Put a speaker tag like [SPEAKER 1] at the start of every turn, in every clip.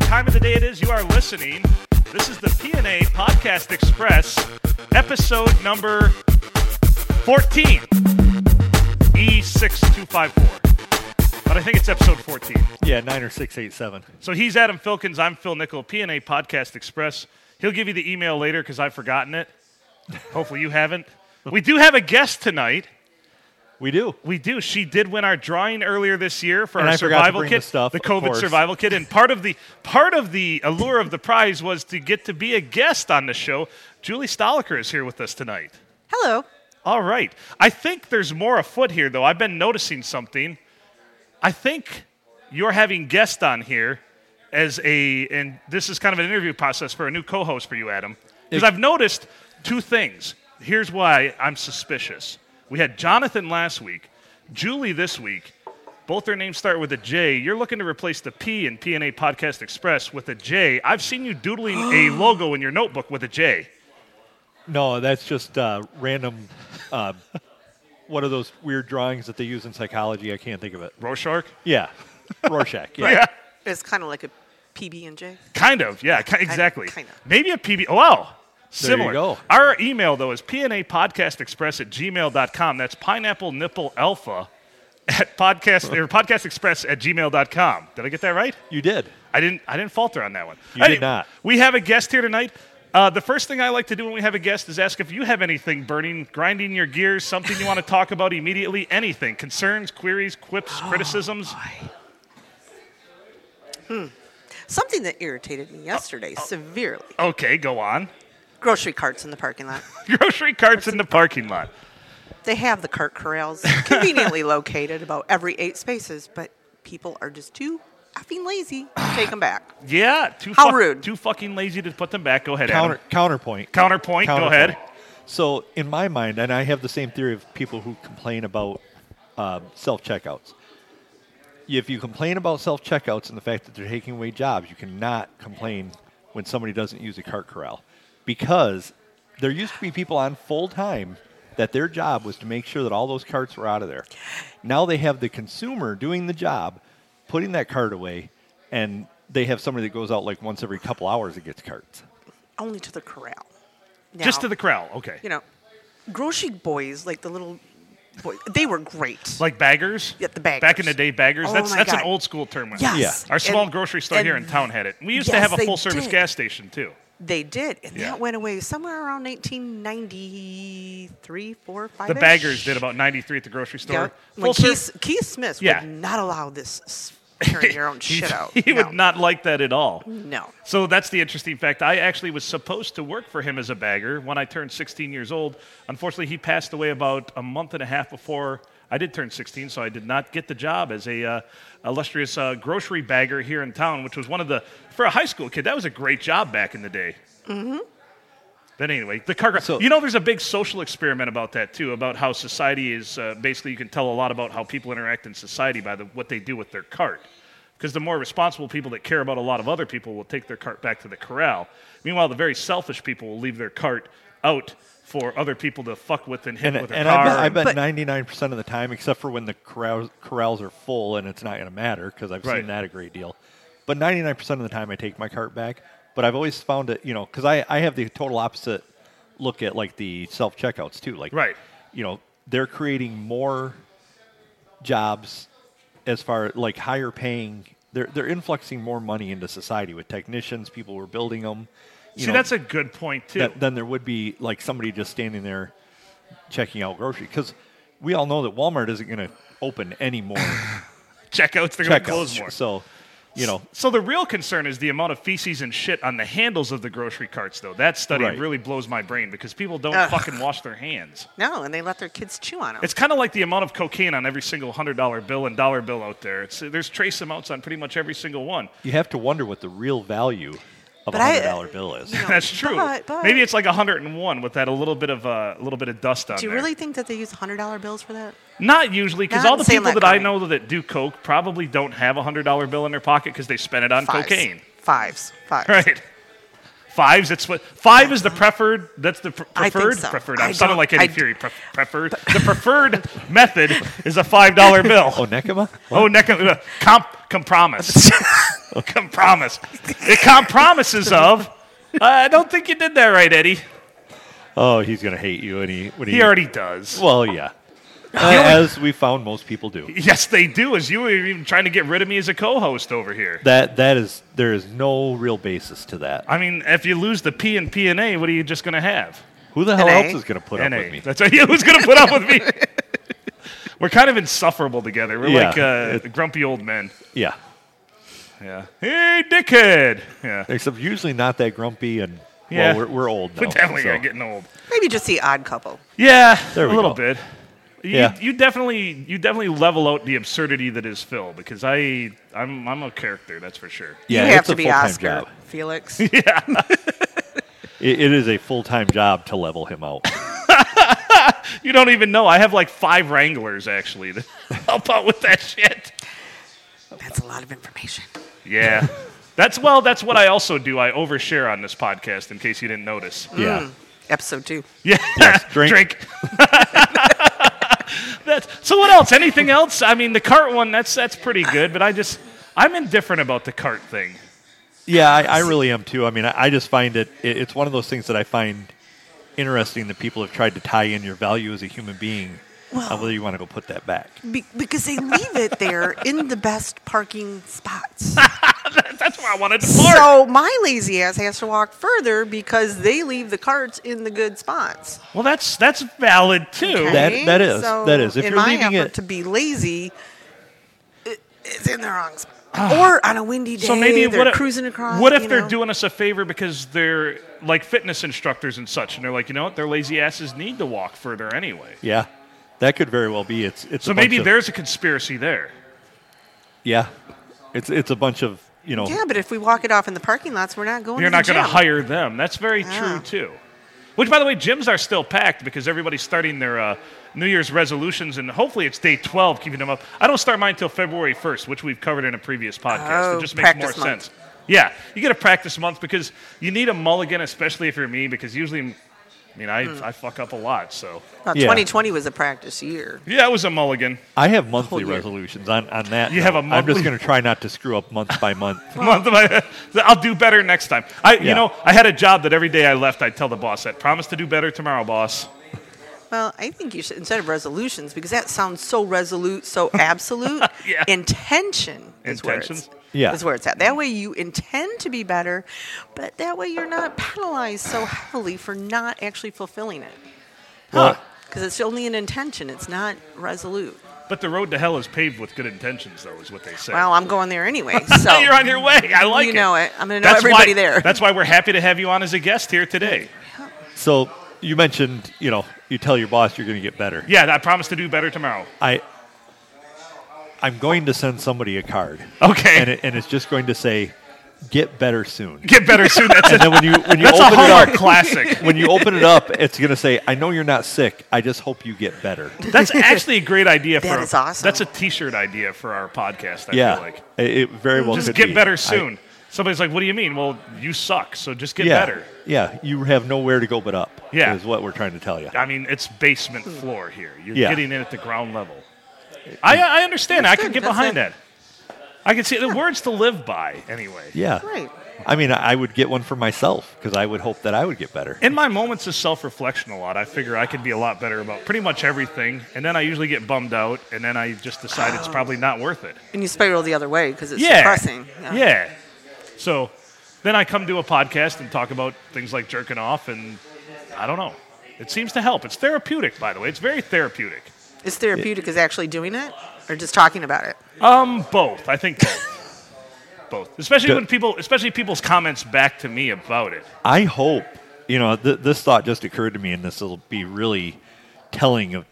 [SPEAKER 1] time of the day it is you are listening. This is the PNA Podcast Express, episode number 14, E E6254. But I think it's episode 14.
[SPEAKER 2] Yeah, nine or six, eight, seven.
[SPEAKER 1] So he's Adam Filkins. I'm Phil Nickel, PNA Podcast Express. He'll give you the email later because I've forgotten it. Hopefully you haven't. We do have a guest tonight.
[SPEAKER 2] We do.
[SPEAKER 1] We do. She did win our drawing earlier this year for
[SPEAKER 2] And
[SPEAKER 1] our
[SPEAKER 2] I forgot to
[SPEAKER 1] survival
[SPEAKER 2] bring
[SPEAKER 1] kit,
[SPEAKER 2] the stuff, of
[SPEAKER 1] COVID
[SPEAKER 2] course.
[SPEAKER 1] survival kit, and part of the part of the allure of the prize was to get to be a guest on the show. Julie Stoliker is here with us tonight.
[SPEAKER 3] Hello.
[SPEAKER 1] All right. I think there's more afoot here, though. I've been noticing something. I think you're having guests on here as a, and this is kind of an interview process for a new co host for you, Adam. Because
[SPEAKER 2] It-
[SPEAKER 1] I've noticed two things. Here's why I'm suspicious. We had Jonathan last week, Julie this week. Both their names start with a J. You're looking to replace the P in PNA Podcast Express with a J. I've seen you doodling a logo in your notebook with a J.
[SPEAKER 2] No, that's just uh, random. Uh, what are those weird drawings that they use in psychology? I can't think of it.
[SPEAKER 1] Rorschach?
[SPEAKER 2] Yeah, Rorschach. Yeah.
[SPEAKER 1] Yeah.
[SPEAKER 3] It's kind of like a PB and J.
[SPEAKER 1] Kind of, yeah, ki- exactly.
[SPEAKER 3] kinda.
[SPEAKER 1] Maybe a PB. Wow.
[SPEAKER 2] you
[SPEAKER 1] Similar.
[SPEAKER 2] go.
[SPEAKER 1] Our email, though, is pnapodcastexpress at gmail.com. That's pineapple nipple alpha at podcast or podcastexpress at gmail.com. Did I get that right?
[SPEAKER 2] you did.
[SPEAKER 1] I didn't. I didn't falter on that one.
[SPEAKER 2] You
[SPEAKER 1] I
[SPEAKER 2] did
[SPEAKER 1] didn't-
[SPEAKER 2] not.
[SPEAKER 1] We have a guest here tonight. Uh, the first thing I like to do when we have a guest is ask if you have anything burning, grinding your gears, something you want to talk about immediately, anything, concerns, queries, quips,
[SPEAKER 2] Oh
[SPEAKER 1] criticisms.
[SPEAKER 3] Something that irritated me yesterday
[SPEAKER 1] Oh,
[SPEAKER 3] severely.
[SPEAKER 1] Okay, go on.
[SPEAKER 3] Grocery carts in the parking lot.
[SPEAKER 1] Grocery carts in the parking lot.
[SPEAKER 3] They have the cart corrals conveniently located about every eight spaces, but people are just too effing lazy to take them back.
[SPEAKER 1] Yeah, too
[SPEAKER 3] How
[SPEAKER 1] fuck-
[SPEAKER 3] rude.
[SPEAKER 1] Too fucking lazy to put them back. Go ahead,
[SPEAKER 2] Counter,
[SPEAKER 1] Adam.
[SPEAKER 2] counterpoint.
[SPEAKER 1] Counterpoint, go ahead.
[SPEAKER 2] So, in my mind, and I have the same theory of people who complain about um, self checkouts. If you complain about self checkouts and the fact that they're taking away jobs, you cannot complain when somebody doesn't use a cart corral because there used to be people on full time that their job was to make sure that all those carts were out of there. Now they have the consumer doing the job, putting that cart away, and they have somebody that goes out like once every couple hours and gets carts.
[SPEAKER 3] Only to the corral.
[SPEAKER 1] Just
[SPEAKER 3] Now,
[SPEAKER 1] to the corral. Okay.
[SPEAKER 3] You know, grocery boys, like the little boy, they were great.
[SPEAKER 1] Like baggers.
[SPEAKER 3] Yeah, the baggers.
[SPEAKER 1] Back in the day, baggers.
[SPEAKER 3] Oh
[SPEAKER 1] that's
[SPEAKER 3] my
[SPEAKER 1] that's an
[SPEAKER 3] God.
[SPEAKER 1] old school term. when-
[SPEAKER 3] Yes.
[SPEAKER 1] Our small
[SPEAKER 3] And-
[SPEAKER 1] grocery store here in
[SPEAKER 3] and
[SPEAKER 1] town had it. We used to
[SPEAKER 3] Yes,
[SPEAKER 1] have a
[SPEAKER 3] they
[SPEAKER 1] full service
[SPEAKER 3] did.
[SPEAKER 1] gas station too.
[SPEAKER 3] They did, and
[SPEAKER 1] Yeah.
[SPEAKER 3] that went away somewhere around 1993, 4, 5.
[SPEAKER 1] The baggers did about 93 at the grocery store.
[SPEAKER 3] Yep.
[SPEAKER 1] Full
[SPEAKER 3] When Keith,
[SPEAKER 1] service.
[SPEAKER 3] Keith Smith
[SPEAKER 1] Yeah.
[SPEAKER 3] would not allow this s- carrying your own shit out.
[SPEAKER 1] He
[SPEAKER 3] no.
[SPEAKER 1] would not like that at all.
[SPEAKER 3] No.
[SPEAKER 1] So that's the interesting fact. I actually was supposed to work for him as a bagger when I turned 16 years old. Unfortunately, he passed away about a month and a half before I did turn 16, so I did not get the job as a uh, illustrious uh, grocery bagger here in town, which was one of the for a high school kid. That was a great job back in the day. Mm-hmm. But anyway, the car.
[SPEAKER 2] So-
[SPEAKER 1] you know, there's a big social experiment about that too, about how society is uh, basically you can tell a lot about how people interact in society by the, what they do with their cart. Because the more responsible people that care about a lot of other people will take their cart back to the corral. Meanwhile, the very selfish people will leave their cart out for other people to fuck with and hit
[SPEAKER 2] And,
[SPEAKER 1] with their
[SPEAKER 2] and
[SPEAKER 1] car.
[SPEAKER 2] I
[SPEAKER 1] and-
[SPEAKER 2] bet, I
[SPEAKER 3] But-
[SPEAKER 2] bet 99% of the time, except for when the corrals, corrals are full and it's not going to matter because I've
[SPEAKER 1] Right.
[SPEAKER 2] seen that a great deal. But 99% of the time, I take my cart back. But I've always found it, you know, because I, I have the total opposite look at like the self checkouts too. Like,
[SPEAKER 1] Right.
[SPEAKER 2] you know, they're creating more jobs as far like higher paying. They're, they're influxing more money into society with technicians, people who are building them. You
[SPEAKER 1] See,
[SPEAKER 2] know,
[SPEAKER 1] that's a good point too.
[SPEAKER 2] th- then there would be like somebody just standing there checking out grocery because we all know that Walmart isn't going to open any more
[SPEAKER 1] checkouts, they're going to close more.
[SPEAKER 2] checkouts. So, you know,
[SPEAKER 1] So the real concern is the amount of feces and shit on the handles of the grocery carts, though. That study
[SPEAKER 2] Right. Ah.
[SPEAKER 1] really blows my brain because people don't
[SPEAKER 3] Ugh.
[SPEAKER 1] fucking wash their hands.
[SPEAKER 3] No, and they let their kids chew on them.
[SPEAKER 1] It's kind of like the amount of cocaine on every single hundred dollar bill and dollar bill out there. It's, there's trace amounts on pretty much every single one.
[SPEAKER 2] you have to wonder what the real value of a
[SPEAKER 3] But I- uh,
[SPEAKER 2] hundred dollar bill is.
[SPEAKER 3] you know,
[SPEAKER 1] That's true.
[SPEAKER 3] But, but
[SPEAKER 1] Maybe it's like 101 with that a little bit of uh, a little bit of dust on
[SPEAKER 3] Do you
[SPEAKER 1] there.
[SPEAKER 3] really think that they use $100 bills for that?
[SPEAKER 1] Not usually, because
[SPEAKER 3] Not
[SPEAKER 1] all the
[SPEAKER 3] in San
[SPEAKER 1] people that
[SPEAKER 3] Lac
[SPEAKER 1] I
[SPEAKER 3] County.
[SPEAKER 1] know that do coke probably don't have a hundred dollar bill in their pocket because they spent it on
[SPEAKER 3] Fives.
[SPEAKER 1] cocaine.
[SPEAKER 3] Fives. Fives.
[SPEAKER 1] Right. Fives. That's what five is the preferred. That's the pr-
[SPEAKER 3] I think
[SPEAKER 1] preferred.
[SPEAKER 3] so.
[SPEAKER 1] Preferred.
[SPEAKER 3] I
[SPEAKER 1] I'm sounding
[SPEAKER 3] don't-
[SPEAKER 1] like Eddie
[SPEAKER 3] I-
[SPEAKER 1] Fury. Pre- preferred. The preferred method is a five dollar bill.
[SPEAKER 2] Onekama?
[SPEAKER 1] Oh, neck of, uh, comp, compromise. compromise. It compromises of. Uh, I don't think you did that right, Eddie.
[SPEAKER 2] Oh, he's gonna hate you when he when he,
[SPEAKER 1] He already does.
[SPEAKER 2] Well, yeah. Uh, as we found, most people do.
[SPEAKER 1] Yes, they do. As you were even trying to get rid of me as a co-host over here.
[SPEAKER 2] That that is there is no real basis to that.
[SPEAKER 1] I mean, if you lose the P and P and A, what are you just going to have?
[SPEAKER 2] Who the hell
[SPEAKER 3] NA?
[SPEAKER 2] else is gonna put
[SPEAKER 1] NA.
[SPEAKER 2] up with me?
[SPEAKER 1] That's right. Yeah, who's going to put up with me? We're kind of insufferable together. We're
[SPEAKER 2] Yeah.
[SPEAKER 1] like uh,
[SPEAKER 2] It-
[SPEAKER 1] grumpy old men.
[SPEAKER 2] Yeah.
[SPEAKER 1] Yeah. Hey, dickhead. Yeah.
[SPEAKER 2] Except usually not that grumpy and
[SPEAKER 1] Yeah.
[SPEAKER 2] well, we're, we're old now.
[SPEAKER 1] We're definitely
[SPEAKER 2] so.
[SPEAKER 1] are getting old.
[SPEAKER 3] Maybe just the odd couple.
[SPEAKER 1] Yeah,
[SPEAKER 2] There
[SPEAKER 1] a
[SPEAKER 2] we
[SPEAKER 1] little
[SPEAKER 2] go.
[SPEAKER 1] bit. You,
[SPEAKER 2] Yeah.
[SPEAKER 1] you definitely you definitely level out the absurdity that is Phil because I I'm I'm a character that's for sure.
[SPEAKER 2] yeah,
[SPEAKER 3] you have
[SPEAKER 2] it's
[SPEAKER 3] to
[SPEAKER 2] a
[SPEAKER 3] be
[SPEAKER 2] full-time
[SPEAKER 3] Oscar
[SPEAKER 2] job.
[SPEAKER 3] Felix.
[SPEAKER 2] It, it is a full time job to level him out.
[SPEAKER 1] You don't even know I have like five Wranglers actually to help out with that shit.
[SPEAKER 3] That's a lot of information.
[SPEAKER 1] Yeah, that's well that's what I also do. I overshare on this podcast in case you didn't notice.
[SPEAKER 2] yeah.
[SPEAKER 3] Hmm. Episode two.
[SPEAKER 1] Yeah,
[SPEAKER 2] Yes, drink.
[SPEAKER 1] that's, so what else? Anything else? I mean the cart one that's that's pretty good, but I just I'm indifferent about the cart thing.
[SPEAKER 2] Yeah, I, I really am too. I mean, I, I just find it, it, it's one of those things that I find interesting that people have tried to tie in your value as a human being
[SPEAKER 3] Well-
[SPEAKER 2] on whether you want to go put that back.
[SPEAKER 3] Be- because they leave it there in the best parking spots.
[SPEAKER 1] That's where I wanted to park.
[SPEAKER 3] so my lazy ass has to walk further because they leave the carts in the good spots.
[SPEAKER 1] Well, that's that's valid too.
[SPEAKER 2] That-
[SPEAKER 3] Okay?
[SPEAKER 2] that is-
[SPEAKER 3] So
[SPEAKER 2] that is. If
[SPEAKER 3] in
[SPEAKER 2] you're
[SPEAKER 3] my
[SPEAKER 2] leaving
[SPEAKER 3] effort
[SPEAKER 2] it-
[SPEAKER 3] to be lazy, it- it's in the wrong spot. or on a windy day,
[SPEAKER 1] so maybe
[SPEAKER 3] they're
[SPEAKER 1] what if,
[SPEAKER 3] cruising across.
[SPEAKER 1] What if
[SPEAKER 3] you
[SPEAKER 1] they're
[SPEAKER 3] know?
[SPEAKER 1] doing us a favor because they're like fitness instructors and such, and they're like, you know what, their lazy asses need to walk further anyway.
[SPEAKER 2] Yeah, that could very well be. It's it's
[SPEAKER 1] So
[SPEAKER 2] a bunch
[SPEAKER 1] maybe
[SPEAKER 2] of-
[SPEAKER 1] there's a conspiracy there.
[SPEAKER 2] yeah, it's it's a bunch of you know
[SPEAKER 3] Yeah, but if we walk it off in the parking lots, we're not going.
[SPEAKER 1] You're
[SPEAKER 3] to the
[SPEAKER 1] not going to
[SPEAKER 3] gym. Ah.
[SPEAKER 1] hire them. That's very
[SPEAKER 3] Yeah.
[SPEAKER 1] true too. Which, by the way, gyms are still packed because everybody's starting their uh, New Year's resolutions, and hopefully it's day 12 keeping them up. I don't start mine until February 1st, which we've covered in a previous podcast.
[SPEAKER 3] Oh,
[SPEAKER 1] it just makes more
[SPEAKER 3] practice month.
[SPEAKER 1] sense. Yeah, you get a practice month because you need a mulligan, especially if you're me, because usually, I mean,
[SPEAKER 3] Hmm.
[SPEAKER 1] I, I fuck up a lot. So,
[SPEAKER 3] Well,
[SPEAKER 2] Yeah.
[SPEAKER 3] 2020 was a practice year.
[SPEAKER 1] yeah, it was a mulligan.
[SPEAKER 2] I have monthly
[SPEAKER 3] year.
[SPEAKER 2] resolutions on, on that.
[SPEAKER 1] You have a
[SPEAKER 2] I'm
[SPEAKER 1] monthly-
[SPEAKER 2] just going to try not to screw up month by month.
[SPEAKER 1] month of my, I'll do better next time. I, You
[SPEAKER 2] Yeah.
[SPEAKER 1] know, I had a job that every day I left, I'd tell the boss that. Promise to do better tomorrow, boss.
[SPEAKER 3] Well, I think you should instead of resolutions because that sounds so resolute, so absolute.
[SPEAKER 1] Yeah.
[SPEAKER 3] Intention is where it's,
[SPEAKER 1] Intention?
[SPEAKER 2] Yeah.
[SPEAKER 3] is where it's at. That way you intend to be better, but that way you're not penalized so heavily for not actually fulfilling it.
[SPEAKER 2] Well,
[SPEAKER 3] Because it's only an intention; it's not resolute.
[SPEAKER 1] But the road to hell is paved with good intentions, though, is what they say.
[SPEAKER 3] Well, I'm going there anyway. So
[SPEAKER 1] You're on your way. I like
[SPEAKER 3] you
[SPEAKER 1] it.
[SPEAKER 3] know it. I'm going to know everybody
[SPEAKER 1] why,
[SPEAKER 3] there.
[SPEAKER 1] That's why we're happy to have you on as a guest here today.
[SPEAKER 2] so you mentioned you know you tell your boss you're going to get better.
[SPEAKER 1] Yeah, I promise to do better tomorrow.
[SPEAKER 2] I I'm going to send somebody a card.
[SPEAKER 1] Okay.
[SPEAKER 2] And it, and it's just going to say get better soon.
[SPEAKER 1] Get better soon. That's
[SPEAKER 2] And
[SPEAKER 1] it.
[SPEAKER 2] then when you when you
[SPEAKER 1] That's a
[SPEAKER 2] open it up
[SPEAKER 1] Hallmark classic.
[SPEAKER 2] when you open it up, it's going to say I know you're not sick. I just hope you get better.
[SPEAKER 1] That's actually a great idea. For
[SPEAKER 3] That
[SPEAKER 1] a-
[SPEAKER 3] is awesome.
[SPEAKER 1] That's a T-shirt idea for our podcast. I
[SPEAKER 2] yeah.
[SPEAKER 1] feel like
[SPEAKER 2] It, it very well
[SPEAKER 1] just
[SPEAKER 2] could
[SPEAKER 1] get
[SPEAKER 2] be. I-
[SPEAKER 1] better soon. Somebody's like, "What do you mean?" Well, you suck. So just get
[SPEAKER 2] yeah.
[SPEAKER 1] better.
[SPEAKER 2] Yeah, you have nowhere to go but up.
[SPEAKER 1] Yeah.
[SPEAKER 2] Is what we're trying to tell you.
[SPEAKER 1] I mean, it's basement
[SPEAKER 3] Hmm.
[SPEAKER 1] floor here. You're
[SPEAKER 2] Yeah.
[SPEAKER 1] getting in at the ground level. I, I understand. I
[SPEAKER 3] That's
[SPEAKER 1] can
[SPEAKER 3] good.
[SPEAKER 1] get
[SPEAKER 3] That's
[SPEAKER 1] behind
[SPEAKER 3] it.
[SPEAKER 1] that. I can see the words to live by. Anyway.
[SPEAKER 2] Yeah.
[SPEAKER 3] Right.
[SPEAKER 2] I mean, I would get one for myself because I would hope that I would get better.
[SPEAKER 1] in my moments of self-reflection a lot i figure i could be a lot better about pretty much everything and then i usually get bummed out and then i just decide it's probably not worth it
[SPEAKER 3] and you spiral the other way because Oh. it's
[SPEAKER 1] yeah
[SPEAKER 3] depressing.
[SPEAKER 1] yeah. so then i come to a podcast and talk about things like jerking off and i don't know it seems to help it's therapeutic by the way it's very therapeutic
[SPEAKER 3] Is therapeutic is actually doing it or just talking about it?
[SPEAKER 1] um both i think both both especially
[SPEAKER 2] Do-
[SPEAKER 1] when people especially people's comments back to me about it
[SPEAKER 2] I hope you know th- this thought just occurred to me, and this will be really telling of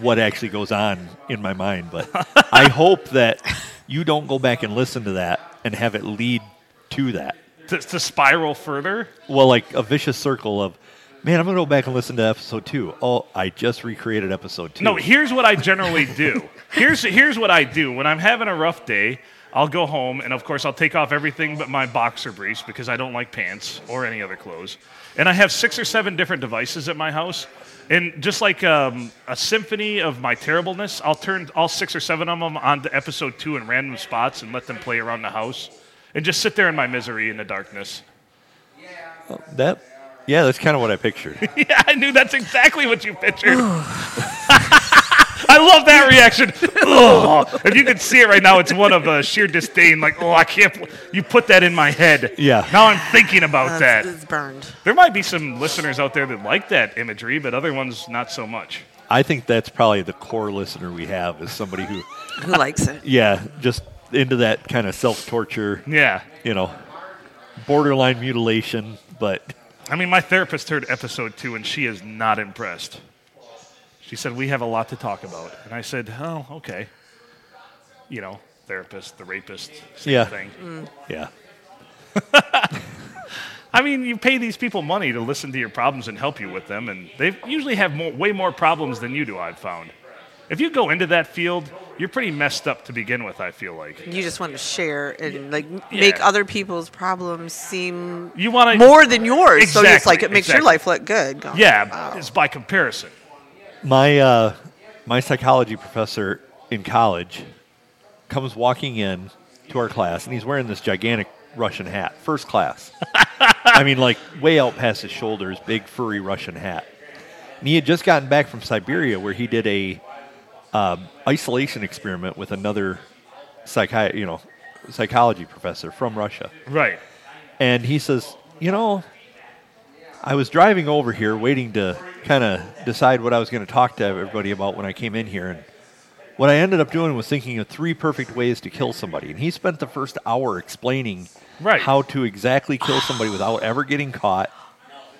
[SPEAKER 2] what actually goes on in my mind. But I hope that you don't go back and listen to that and have it lead to that.
[SPEAKER 1] to, to spiral further
[SPEAKER 2] Well, like a vicious circle of, man, I'm gonna go back and listen to episode two. Oh, I just recreated episode two.
[SPEAKER 1] No, here's what I generally do. here's here's what I do when I'm having a rough day. I'll go home, and of course, I'll take off everything but my boxer briefs because I don't like pants or any other clothes. And I have six or seven different devices at my house. And just like um, a symphony of my terribleness, I'll turn all six or seven of them onto episode two in random spots and let them play around the house and just sit there in my misery in the darkness.
[SPEAKER 2] That, yeah, that's kind of what I pictured.
[SPEAKER 1] Yeah, I knew that's exactly what you pictured. I love that reaction. Ugh. If you could see it right now, it's one of uh, sheer disdain. Like, oh, I can't. bel- You put that in my head.
[SPEAKER 2] Yeah.
[SPEAKER 1] Now I'm thinking about
[SPEAKER 3] That's,
[SPEAKER 1] that.
[SPEAKER 3] that's burned.
[SPEAKER 1] There might be some listeners out there that like that imagery, but other ones not so much.
[SPEAKER 2] I think that's probably the core listener we have is somebody who,
[SPEAKER 3] Who likes it?
[SPEAKER 2] yeah, just into that kind of self torture,
[SPEAKER 1] Yeah.
[SPEAKER 2] you know, borderline mutilation. But
[SPEAKER 1] I mean, my therapist heard episode two and she is not impressed. She said, We have a lot to talk about. And I said, Oh, okay. You know, therapist, the rapist, same
[SPEAKER 2] Yeah.
[SPEAKER 1] thing.
[SPEAKER 2] yeah,
[SPEAKER 1] I mean, you pay these people money to listen to your problems and help you with them, and they usually have more, way more problems than you do, I've found. If you go into that field, you're pretty messed up to begin with, I feel like.
[SPEAKER 3] You just want to share and like make other people's problems seem
[SPEAKER 1] You want to.
[SPEAKER 3] more than yours. So it's like
[SPEAKER 1] Exactly,
[SPEAKER 3] it makes your
[SPEAKER 1] exactly.
[SPEAKER 3] life look good. oh. Going,
[SPEAKER 1] Yeah,
[SPEAKER 3] wow.
[SPEAKER 1] it's by comparison.
[SPEAKER 2] my uh, my psychology professor in college comes walking in to our class, and he's wearing this gigantic Russian hat, first class. I mean, like way out past his shoulders, big furry Russian hat. And he had just gotten back from Siberia, where he did a um, isolation experiment with another psychi- you know, psychology professor from Russia.
[SPEAKER 1] Right.
[SPEAKER 2] And he says, You know, I was driving over here waiting to kind of decide what I was going to talk to everybody about when I came in here. And what I ended up doing was thinking of three perfect ways to kill somebody. And he spent the first hour explaining
[SPEAKER 1] Right.
[SPEAKER 2] how to exactly kill somebody without ever getting caught.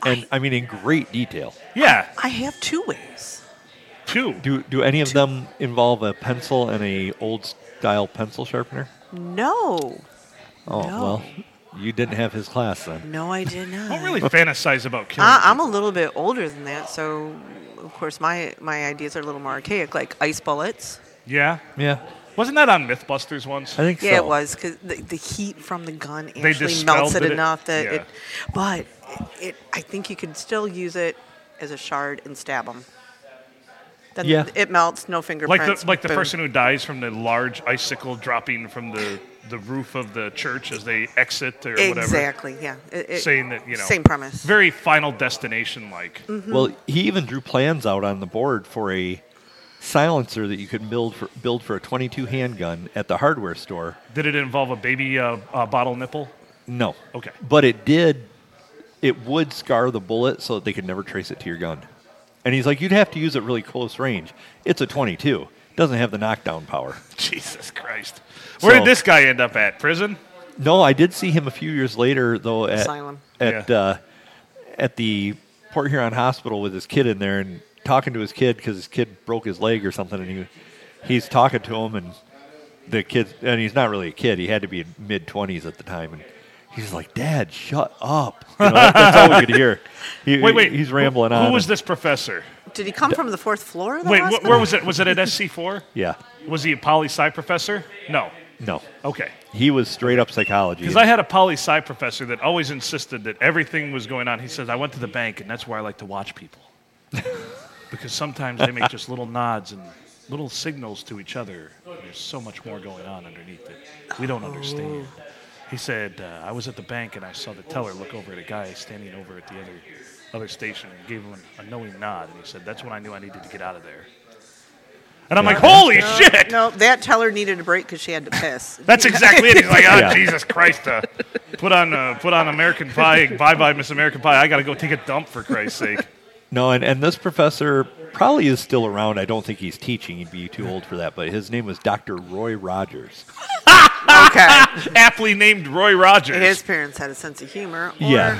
[SPEAKER 2] And I mean, in great detail.
[SPEAKER 1] Yeah,
[SPEAKER 3] I have two ways.
[SPEAKER 1] two.
[SPEAKER 2] Do, do any of them involve a pencil and a old style pencil sharpener?
[SPEAKER 3] No,
[SPEAKER 2] Oh,
[SPEAKER 3] No.
[SPEAKER 2] well, you didn't have his class then.
[SPEAKER 3] no, I did not.
[SPEAKER 1] I don't really fantasize about killing.
[SPEAKER 3] I, Uh, I'm a little bit older than that, so of course my my ideas are a little more archaic, like ice bullets.
[SPEAKER 1] yeah.
[SPEAKER 2] Yeah,
[SPEAKER 1] Wasn't that on Mythbusters once?
[SPEAKER 2] I think so.
[SPEAKER 3] Yeah, it was because the, the heat from the gun actually
[SPEAKER 1] dispelled
[SPEAKER 3] melts it,
[SPEAKER 1] it.
[SPEAKER 3] enough that
[SPEAKER 1] Yeah.
[SPEAKER 3] it. But it, I think you could still use it as a shard and stab them. Then
[SPEAKER 2] Yeah.
[SPEAKER 3] it melts, no
[SPEAKER 1] like
[SPEAKER 3] fingerprints.
[SPEAKER 1] the like the
[SPEAKER 3] boom.
[SPEAKER 1] person who dies from the large icicle dropping from the the roof of the church as they exit or whatever.
[SPEAKER 3] Exactly. Yeah. It- it-
[SPEAKER 1] Saying that you know.
[SPEAKER 3] Same premise.
[SPEAKER 1] Very Final Destination like.
[SPEAKER 2] Well, he even drew plans out on the board for a silencer that you could build for build for a 22 handgun at the hardware store.
[SPEAKER 1] Did it involve a baby uh, uh, bottle nipple?
[SPEAKER 2] No.
[SPEAKER 1] Okay.
[SPEAKER 2] But it did. It would scar the bullet so that they could never trace it to your gun. And he's like, you'd have to use it really close range. It's a 22. Doesn't have the knockdown power.
[SPEAKER 1] Jesus Christ! Where
[SPEAKER 2] So-
[SPEAKER 1] did this guy end up at? Prison?
[SPEAKER 2] No, I did see him a few years later though at
[SPEAKER 3] Asylum.
[SPEAKER 2] at
[SPEAKER 1] Yeah.
[SPEAKER 2] uh, at the Port Huron Hospital with his kid in there and talking to his kid because his kid broke his leg or something, and he he's talking to him and the kid and he's not really a kid; he had to be in mid twenties at the time, and he's like, "Dad, shut up!" You know, that- that's all we could hear. He-
[SPEAKER 1] Wait, wait.
[SPEAKER 2] he's rambling
[SPEAKER 1] who,
[SPEAKER 2] on.
[SPEAKER 1] Who was
[SPEAKER 2] and-
[SPEAKER 1] this professor?
[SPEAKER 3] Did he come from the fourth floor of the
[SPEAKER 1] Wait, wh-
[SPEAKER 3] hospital?
[SPEAKER 1] where was it? Was it at SC four?
[SPEAKER 2] Yeah,
[SPEAKER 1] Was he a poli sci professor? No.
[SPEAKER 2] no,
[SPEAKER 1] Okay.
[SPEAKER 2] he was straight up psychology.
[SPEAKER 1] Because I had a poli sci professor that always insisted that everything was going on. He says, I went to the bank, and that's where I like to watch people. because sometimes they make just little nods and little signals to each other. and There's so much more going on underneath it. We don't understand. He said, uh, I was at the bank, and I saw the teller look over at a guy standing over at the other, other station and gave him a knowing nod. And he said, That's when I knew I needed to get out of there. And I'm like, holy shit!
[SPEAKER 3] No, that teller needed a break because she had to piss.
[SPEAKER 1] That's exactly it. He's like, oh,
[SPEAKER 2] Yeah.
[SPEAKER 1] Jesus Christ, uh, put on uh, put on American Pie, bye bye Miss American Pie. I gotta go take a dump for Christ's sake.
[SPEAKER 2] No, and, and this professor probably is still around. I don't think he's teaching. He'd be too old for that. But his name was Dr. Roy Rogers.
[SPEAKER 3] okay.
[SPEAKER 1] Aptly named Roy Rogers.
[SPEAKER 3] His parents had a sense of humor. Or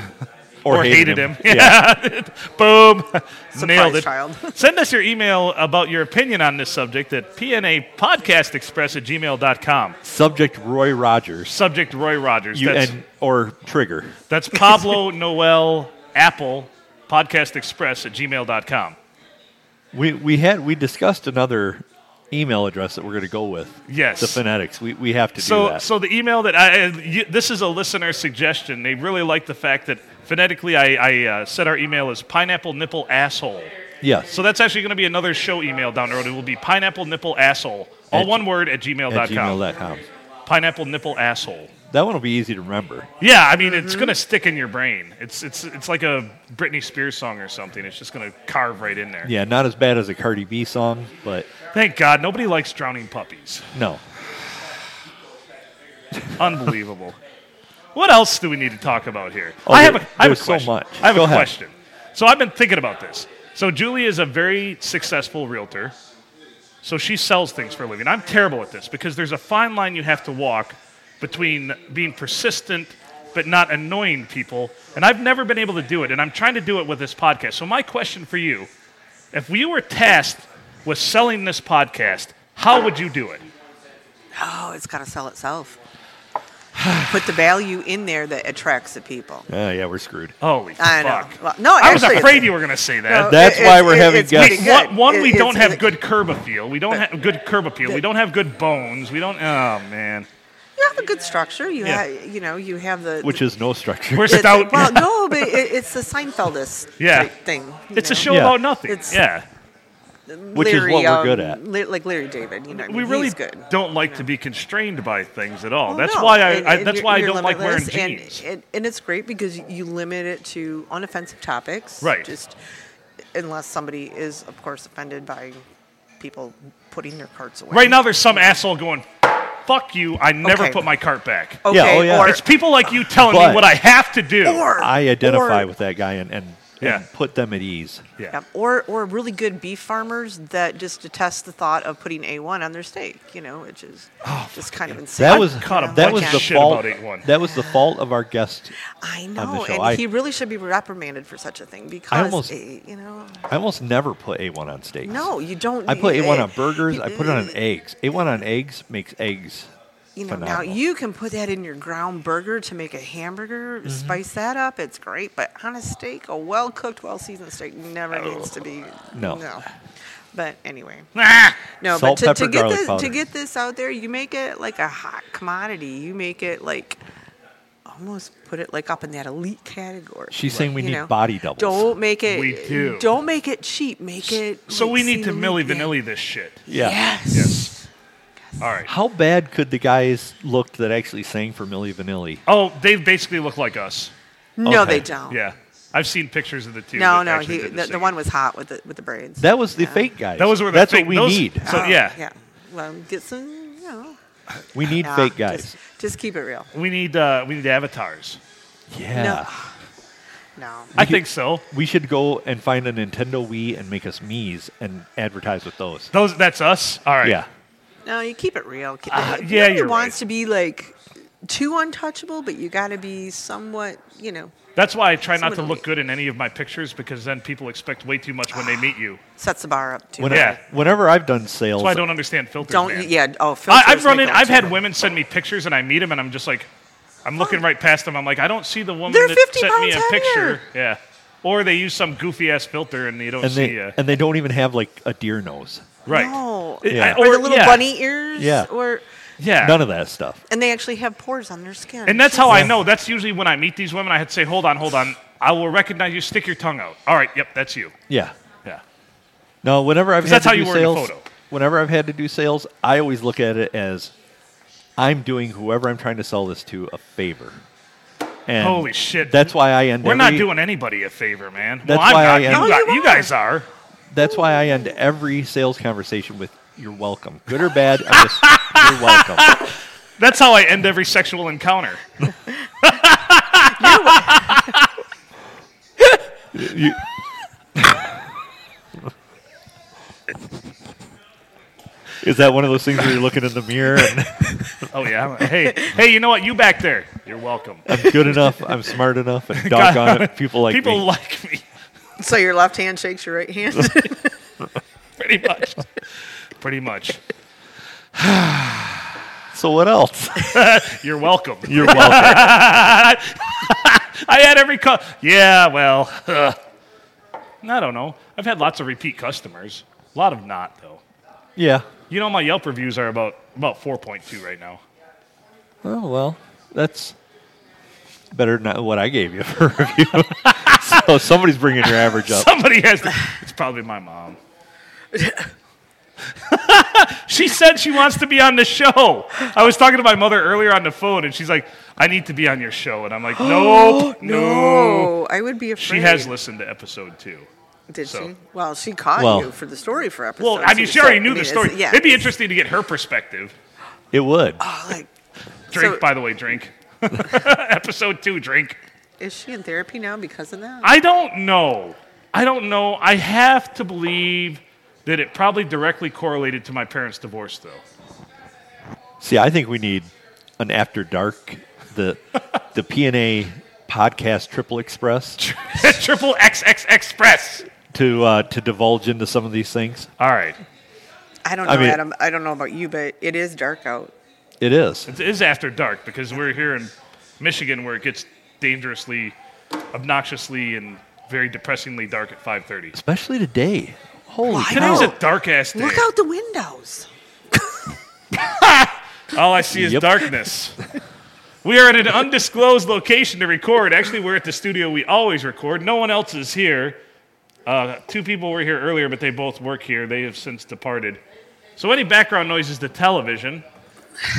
[SPEAKER 2] Or,
[SPEAKER 1] or hated, him. Yeah. Boom. Nailed it.
[SPEAKER 3] child.
[SPEAKER 1] Send us your email about your opinion on this subject at pnapodcastexpress at gmail.com.
[SPEAKER 2] Subject Roy Rogers.
[SPEAKER 1] Subject Roy Rogers.
[SPEAKER 2] You
[SPEAKER 1] that's,
[SPEAKER 2] and or trigger.
[SPEAKER 1] that's Pablo Noel Apple Podcast Express at gmail.com.
[SPEAKER 2] We we had we discussed another email address that we're going to go with.
[SPEAKER 1] Yes.
[SPEAKER 2] The phonetics. We, we have to do
[SPEAKER 1] So,
[SPEAKER 2] that.
[SPEAKER 1] so the email that I, and you, this is a listener suggestion. They really like the fact that phonetically I, I uh, said our email is pineapple nipple asshole.
[SPEAKER 2] yes.
[SPEAKER 1] So that's actually going to be another show email down the road. It will be pineapple nipple asshole, all
[SPEAKER 2] At-
[SPEAKER 1] one word at gmail.com.
[SPEAKER 2] at gmail.com.
[SPEAKER 1] Pineapple nipple asshole.
[SPEAKER 2] That one will be easy to remember.
[SPEAKER 1] Yeah, I mean it's going to stick in your brain. It's it's it's like a Britney Spears song or something. It's just going to carve right in there.
[SPEAKER 2] Yeah, not as bad as a Cardi B song, but
[SPEAKER 1] Thank God nobody likes drowning puppies.
[SPEAKER 2] no.
[SPEAKER 1] Unbelievable. what else do we need to talk about here?
[SPEAKER 2] Oh,
[SPEAKER 1] I have a,
[SPEAKER 2] there-
[SPEAKER 1] I have a
[SPEAKER 2] there's so
[SPEAKER 1] question.
[SPEAKER 2] much.
[SPEAKER 1] I have
[SPEAKER 2] Go
[SPEAKER 1] a
[SPEAKER 2] ahead.
[SPEAKER 1] question. So I've been thinking about this. So Julie is a very successful realtor. So she sells things for a living. I'm terrible at this because there's a fine line you have to walk between being persistent but not annoying people. And I've never been able to do it. And I'm trying to do it with this podcast. So my question for you if we were tasked with selling this podcast, how would you do it?
[SPEAKER 3] Oh, it's got to sell itself. Put the value in there that attracts the people.
[SPEAKER 2] Uh, yeah, we're screwed.
[SPEAKER 1] Holy
[SPEAKER 3] I know.
[SPEAKER 1] fuck.
[SPEAKER 3] Well, no,
[SPEAKER 1] I was
[SPEAKER 3] actually,
[SPEAKER 1] afraid you were going to say that.
[SPEAKER 3] No,
[SPEAKER 2] That's
[SPEAKER 3] Oh, it-
[SPEAKER 2] why
[SPEAKER 3] it-
[SPEAKER 2] we're
[SPEAKER 3] it-
[SPEAKER 2] having
[SPEAKER 3] it's pretty
[SPEAKER 2] guests.
[SPEAKER 1] One-
[SPEAKER 3] good.
[SPEAKER 1] One, we
[SPEAKER 3] It-
[SPEAKER 1] don't
[SPEAKER 3] it's-
[SPEAKER 1] have good curb appeal. We don't
[SPEAKER 3] But-
[SPEAKER 1] have good curb appeal. We don't have good bones. We don't. Oh man,
[SPEAKER 3] You have a good structure. You
[SPEAKER 1] Yeah.
[SPEAKER 3] have, you know, you have the.
[SPEAKER 2] Which is no structure.
[SPEAKER 1] we're
[SPEAKER 3] the-
[SPEAKER 1] stout.
[SPEAKER 3] Well, no, but it, it's the Seinfeldist
[SPEAKER 1] Yeah.
[SPEAKER 3] type thing. you
[SPEAKER 1] it's a
[SPEAKER 3] know?
[SPEAKER 1] show
[SPEAKER 2] Yeah.
[SPEAKER 1] about nothing.
[SPEAKER 3] It's-
[SPEAKER 1] yeah,
[SPEAKER 2] Which is what we're good at.
[SPEAKER 3] Lar- um, like Larry David, you know, I
[SPEAKER 1] we
[SPEAKER 3] mean,
[SPEAKER 1] really
[SPEAKER 3] he's good.
[SPEAKER 1] don't like to be constrained by things at all.
[SPEAKER 3] Well,
[SPEAKER 1] that's
[SPEAKER 3] no,
[SPEAKER 1] why I.
[SPEAKER 3] and-
[SPEAKER 1] I
[SPEAKER 3] and
[SPEAKER 1] that's
[SPEAKER 3] you're-
[SPEAKER 1] why I
[SPEAKER 3] you're
[SPEAKER 1] don't like wearing
[SPEAKER 3] limitless, and,
[SPEAKER 1] jeans.
[SPEAKER 3] And, and it's great because you limit it to unoffensive topics.
[SPEAKER 1] Right.
[SPEAKER 3] Just unless somebody is, of course, offended by people putting their carts away.
[SPEAKER 1] Right now, there's some asshole going, "Fuck you! I never
[SPEAKER 3] Okay.
[SPEAKER 1] put my cart back."
[SPEAKER 3] Okay.
[SPEAKER 2] Yeah, oh, yeah.
[SPEAKER 3] Or,
[SPEAKER 1] It's people like you telling me
[SPEAKER 2] But-
[SPEAKER 1] what I have to do.
[SPEAKER 3] or
[SPEAKER 2] I identify
[SPEAKER 3] or-
[SPEAKER 2] with that guy and, and,
[SPEAKER 1] Yeah.
[SPEAKER 2] and put them at ease.
[SPEAKER 1] yeah.
[SPEAKER 3] Yep. Or or really good beef farmers that just detest the thought of putting A one on their steak. You know, which is just kind of insane.
[SPEAKER 2] That was
[SPEAKER 1] caught a
[SPEAKER 2] that
[SPEAKER 1] bunch
[SPEAKER 2] was
[SPEAKER 1] of
[SPEAKER 2] the
[SPEAKER 1] shit
[SPEAKER 2] fault.
[SPEAKER 1] about 8-1.
[SPEAKER 2] That was the fault of our guest.
[SPEAKER 3] I
[SPEAKER 2] on the
[SPEAKER 3] know,
[SPEAKER 2] show.
[SPEAKER 3] and
[SPEAKER 2] I-
[SPEAKER 3] he really should be reprimanded for such a thing because
[SPEAKER 2] almost-
[SPEAKER 3] eh, you know,
[SPEAKER 2] I almost never put A1 on steaks.
[SPEAKER 3] no, you don't.
[SPEAKER 2] I put
[SPEAKER 3] eh,
[SPEAKER 2] A1 on burgers. I put it on
[SPEAKER 3] eh,
[SPEAKER 2] eggs. A1 on eggs makes eggs.
[SPEAKER 3] You know, now
[SPEAKER 2] phenomenal.
[SPEAKER 3] you can put that in your ground burger to make a hamburger, spice that up. It's great, but on a steak, a well cooked, well seasoned steak never needs to be.
[SPEAKER 2] Oh, No.
[SPEAKER 3] No. But anyway.
[SPEAKER 1] Ah!
[SPEAKER 3] No,
[SPEAKER 2] Salt,
[SPEAKER 3] but to,
[SPEAKER 2] pepper,
[SPEAKER 3] to get
[SPEAKER 2] garlic
[SPEAKER 3] this
[SPEAKER 2] powder.
[SPEAKER 3] to get this out there, you make it like a hot commodity. You make it like almost put it like up in that elite category.
[SPEAKER 2] She's saying we
[SPEAKER 3] you
[SPEAKER 2] need
[SPEAKER 3] know?
[SPEAKER 2] body doubles.
[SPEAKER 3] Don't make it.
[SPEAKER 1] We do.
[SPEAKER 3] Don't make it cheap. Make it.
[SPEAKER 1] So
[SPEAKER 3] like,
[SPEAKER 1] we need to
[SPEAKER 3] seem
[SPEAKER 1] Milli
[SPEAKER 3] elite.
[SPEAKER 1] Vanilli this shit.
[SPEAKER 2] Yeah.
[SPEAKER 3] Yes.
[SPEAKER 1] Yes. All right.
[SPEAKER 2] How bad could the guys look that actually sang for Milli Vanilli?
[SPEAKER 1] Oh, they basically look like us.
[SPEAKER 3] No,
[SPEAKER 2] Okay.
[SPEAKER 3] they don't.
[SPEAKER 1] Yeah, I've seen pictures of the two.
[SPEAKER 3] Oh. No,
[SPEAKER 1] that
[SPEAKER 3] no.
[SPEAKER 1] actually
[SPEAKER 3] He,
[SPEAKER 1] did
[SPEAKER 3] the, the
[SPEAKER 1] singing.
[SPEAKER 3] one was hot with the with the braids.
[SPEAKER 2] That was the
[SPEAKER 3] Yeah.
[SPEAKER 2] fake guys.
[SPEAKER 1] That was where the
[SPEAKER 2] That's
[SPEAKER 1] fake-
[SPEAKER 2] what we
[SPEAKER 1] those-
[SPEAKER 2] need.
[SPEAKER 1] So yeah.
[SPEAKER 3] Oh, Yeah. Well, get some. You know,
[SPEAKER 2] We need
[SPEAKER 3] nah,
[SPEAKER 2] fake guys.
[SPEAKER 3] Just, just keep it real.
[SPEAKER 1] we need uh, we need avatars.
[SPEAKER 2] yeah.
[SPEAKER 3] No. No.
[SPEAKER 1] I think so.
[SPEAKER 2] We should go and find a Nintendo Wii and make us Mii's and advertise with those.
[SPEAKER 1] Those that's us. All right.
[SPEAKER 2] Yeah.
[SPEAKER 3] No, you keep it real. Keep-
[SPEAKER 1] Uh,
[SPEAKER 3] nobody
[SPEAKER 1] yeah, you're
[SPEAKER 3] wants
[SPEAKER 1] right.
[SPEAKER 3] to be like too untouchable, but you got to be somewhat, you know,
[SPEAKER 1] That's why I try not to
[SPEAKER 3] Someone-
[SPEAKER 1] look good in any of my pictures because then people expect way too much when they meet you.
[SPEAKER 3] sets the bar up too.
[SPEAKER 2] When-
[SPEAKER 3] high.
[SPEAKER 1] Yeah.
[SPEAKER 2] Whenever I've done sales,
[SPEAKER 1] That's why I don't understand filters.
[SPEAKER 3] Don't
[SPEAKER 1] man.
[SPEAKER 3] yeah.
[SPEAKER 1] I,
[SPEAKER 3] Oh,
[SPEAKER 1] I've
[SPEAKER 3] filters
[SPEAKER 1] run in.
[SPEAKER 3] make it
[SPEAKER 1] I've
[SPEAKER 3] too
[SPEAKER 1] had
[SPEAKER 3] much.
[SPEAKER 1] women send me pictures and I meet them and I'm just like, I'm looking right past them. I'm like, I don't see the woman
[SPEAKER 3] They're
[SPEAKER 1] that
[SPEAKER 3] 50
[SPEAKER 1] sent me a
[SPEAKER 3] pounds
[SPEAKER 1] picture.
[SPEAKER 3] heavier.
[SPEAKER 1] Yeah. Or they use some goofy ass filter and you don't
[SPEAKER 2] and
[SPEAKER 1] see.
[SPEAKER 2] they
[SPEAKER 1] uh,
[SPEAKER 2] and they don't even have like a deer nose.
[SPEAKER 1] right.
[SPEAKER 3] No.
[SPEAKER 1] It-
[SPEAKER 2] Yeah.
[SPEAKER 1] I-
[SPEAKER 3] or,
[SPEAKER 1] or
[SPEAKER 3] the little
[SPEAKER 1] yeah,
[SPEAKER 3] bunny ears.
[SPEAKER 2] Yeah.
[SPEAKER 3] Or
[SPEAKER 1] Yeah.
[SPEAKER 2] None of that stuff.
[SPEAKER 3] and they actually have pores on their skin.
[SPEAKER 1] And that's how I
[SPEAKER 2] Yeah.
[SPEAKER 1] know. That's usually when I meet these women. I had to say, hold on, hold on. I will recognize you. Stick your tongue out. All right. Yep. That's you.
[SPEAKER 2] Yeah.
[SPEAKER 1] Yeah.
[SPEAKER 2] No, whenever I've
[SPEAKER 1] 'Cause
[SPEAKER 2] had
[SPEAKER 1] that's
[SPEAKER 2] to
[SPEAKER 1] how
[SPEAKER 2] do
[SPEAKER 1] you were in the
[SPEAKER 2] sales,
[SPEAKER 1] photo.
[SPEAKER 2] whenever I've had to do sales, I always look at it as I'm doing whoever I'm trying to sell this to a favor. And
[SPEAKER 1] Holy shit.
[SPEAKER 2] That's why I end.
[SPEAKER 1] We're not
[SPEAKER 2] every-
[SPEAKER 1] doing anybody a favor, man.
[SPEAKER 2] That's
[SPEAKER 1] well, I'm
[SPEAKER 2] why
[SPEAKER 1] not.
[SPEAKER 2] I
[SPEAKER 1] you,
[SPEAKER 2] am-
[SPEAKER 3] No,
[SPEAKER 1] got-
[SPEAKER 3] you
[SPEAKER 1] you guys are.
[SPEAKER 2] That's why I end every sales conversation with "You're welcome, good or bad." I just, You're welcome.
[SPEAKER 1] That's how I end every sexual encounter.
[SPEAKER 2] You- Is that one of those things where you're looking in the mirror and
[SPEAKER 1] Oh yeah. Hey, hey, you know what? You back there. You're welcome.
[SPEAKER 2] I'm good enough, I'm smart enough, and doggone it, people like
[SPEAKER 1] People
[SPEAKER 2] me.
[SPEAKER 1] like me
[SPEAKER 3] So your left hand shakes your right hand.
[SPEAKER 1] pretty much. pretty much.
[SPEAKER 2] so what else?
[SPEAKER 1] You're welcome.
[SPEAKER 2] You're welcome.
[SPEAKER 1] I had every cu- Yeah, well, uh, I don't know. I've had lots of repeat customers. A lot of not though.
[SPEAKER 2] yeah.
[SPEAKER 1] You know, my Yelp reviews are about about 4.2 right now.
[SPEAKER 2] Oh well, that's better than what I gave you for a review. so somebody's bringing your average up.
[SPEAKER 1] Somebody has to. It's probably my mom. she said she wants to be on the show. I was talking to my mother earlier on the phone, and she's like, "I need to be on your show," and I'm like, "Nope, no."
[SPEAKER 3] Oh, I would be afraid.
[SPEAKER 1] She has listened to episode two.
[SPEAKER 3] Did
[SPEAKER 1] so-
[SPEAKER 3] she? Well, she caught
[SPEAKER 2] Well-
[SPEAKER 3] you for the story for episode.
[SPEAKER 1] Well, I mean,
[SPEAKER 3] two,
[SPEAKER 1] she already
[SPEAKER 3] so, I
[SPEAKER 1] knew
[SPEAKER 3] mean,
[SPEAKER 1] the
[SPEAKER 3] it's-
[SPEAKER 1] story.
[SPEAKER 3] Yeah.
[SPEAKER 1] It'd be interesting to get her perspective.
[SPEAKER 2] It would.
[SPEAKER 3] Oh, like,
[SPEAKER 1] Drink,
[SPEAKER 3] So-
[SPEAKER 1] by the way, drink. episode two, drink.
[SPEAKER 3] is she in therapy now because of that?
[SPEAKER 1] I don't know. I don't know. I have to believe that it probably directly correlated to my parents' divorce, though.
[SPEAKER 2] See, I think we need an after dark the the PNA podcast Triple Express
[SPEAKER 1] Triple XX Express.
[SPEAKER 2] to uh, to divulge into some of these things.
[SPEAKER 1] All right.
[SPEAKER 3] I don't know,
[SPEAKER 2] I mean-
[SPEAKER 3] Adam. I don't know about you, but it is dark out.
[SPEAKER 2] It is.
[SPEAKER 1] It is after dark because we're here in Michigan where it gets dangerously, obnoxiously, and very depressingly dark at 5.30.
[SPEAKER 2] Especially today. Holy
[SPEAKER 3] Why
[SPEAKER 2] cow.
[SPEAKER 1] Today's
[SPEAKER 3] know.
[SPEAKER 1] a dark-ass day.
[SPEAKER 3] Look out the windows.
[SPEAKER 1] All I see is
[SPEAKER 2] Yep.
[SPEAKER 1] darkness. We are at an undisclosed location to record. Actually, we're at the studio we always record. No one else is here. Uh, two people were here earlier, but they both work here. They have since departed. So, any background noise is the television.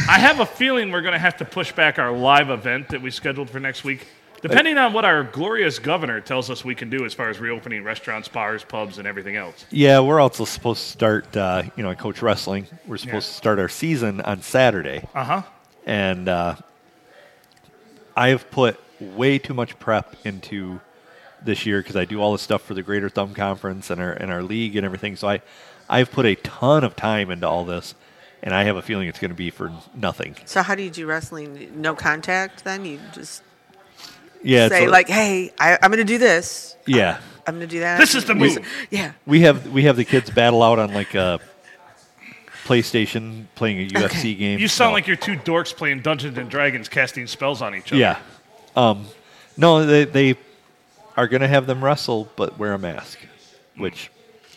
[SPEAKER 1] I have a feeling we're going to have to push back our live event that we scheduled for next week, depending on what our glorious governor tells us we can do as far as reopening restaurants, bars, pubs, and everything else.
[SPEAKER 2] Yeah, we're also supposed to start. Uh, you know, I coach wrestling. We're supposed to start our season on Saturday,
[SPEAKER 1] Uh huh.
[SPEAKER 2] and uh, I have put way too much prep into this year because I do all the stuff for the Greater Thumb Conference and our and our league and everything. So I, I've put a ton of time into all this, and I have a feeling it's going to be for nothing.
[SPEAKER 3] So how do you do wrestling? No contact? Then you just
[SPEAKER 2] Yeah, it's
[SPEAKER 3] say
[SPEAKER 2] a-
[SPEAKER 3] like, "Hey, I, I'm going to do this.
[SPEAKER 2] yeah.
[SPEAKER 3] I'm going to do that."
[SPEAKER 1] This is the
[SPEAKER 3] We-
[SPEAKER 1] move.
[SPEAKER 3] Yeah.
[SPEAKER 2] We have we have the kids battle out on like a PlayStation playing a UFC
[SPEAKER 3] Okay.
[SPEAKER 2] game.
[SPEAKER 1] You sound
[SPEAKER 2] No.
[SPEAKER 1] like you're two dorks playing Dungeons and Dragons, casting spells on each other.
[SPEAKER 2] Yeah. Um, no, they, they are going to have them wrestle, but wear a mask, which,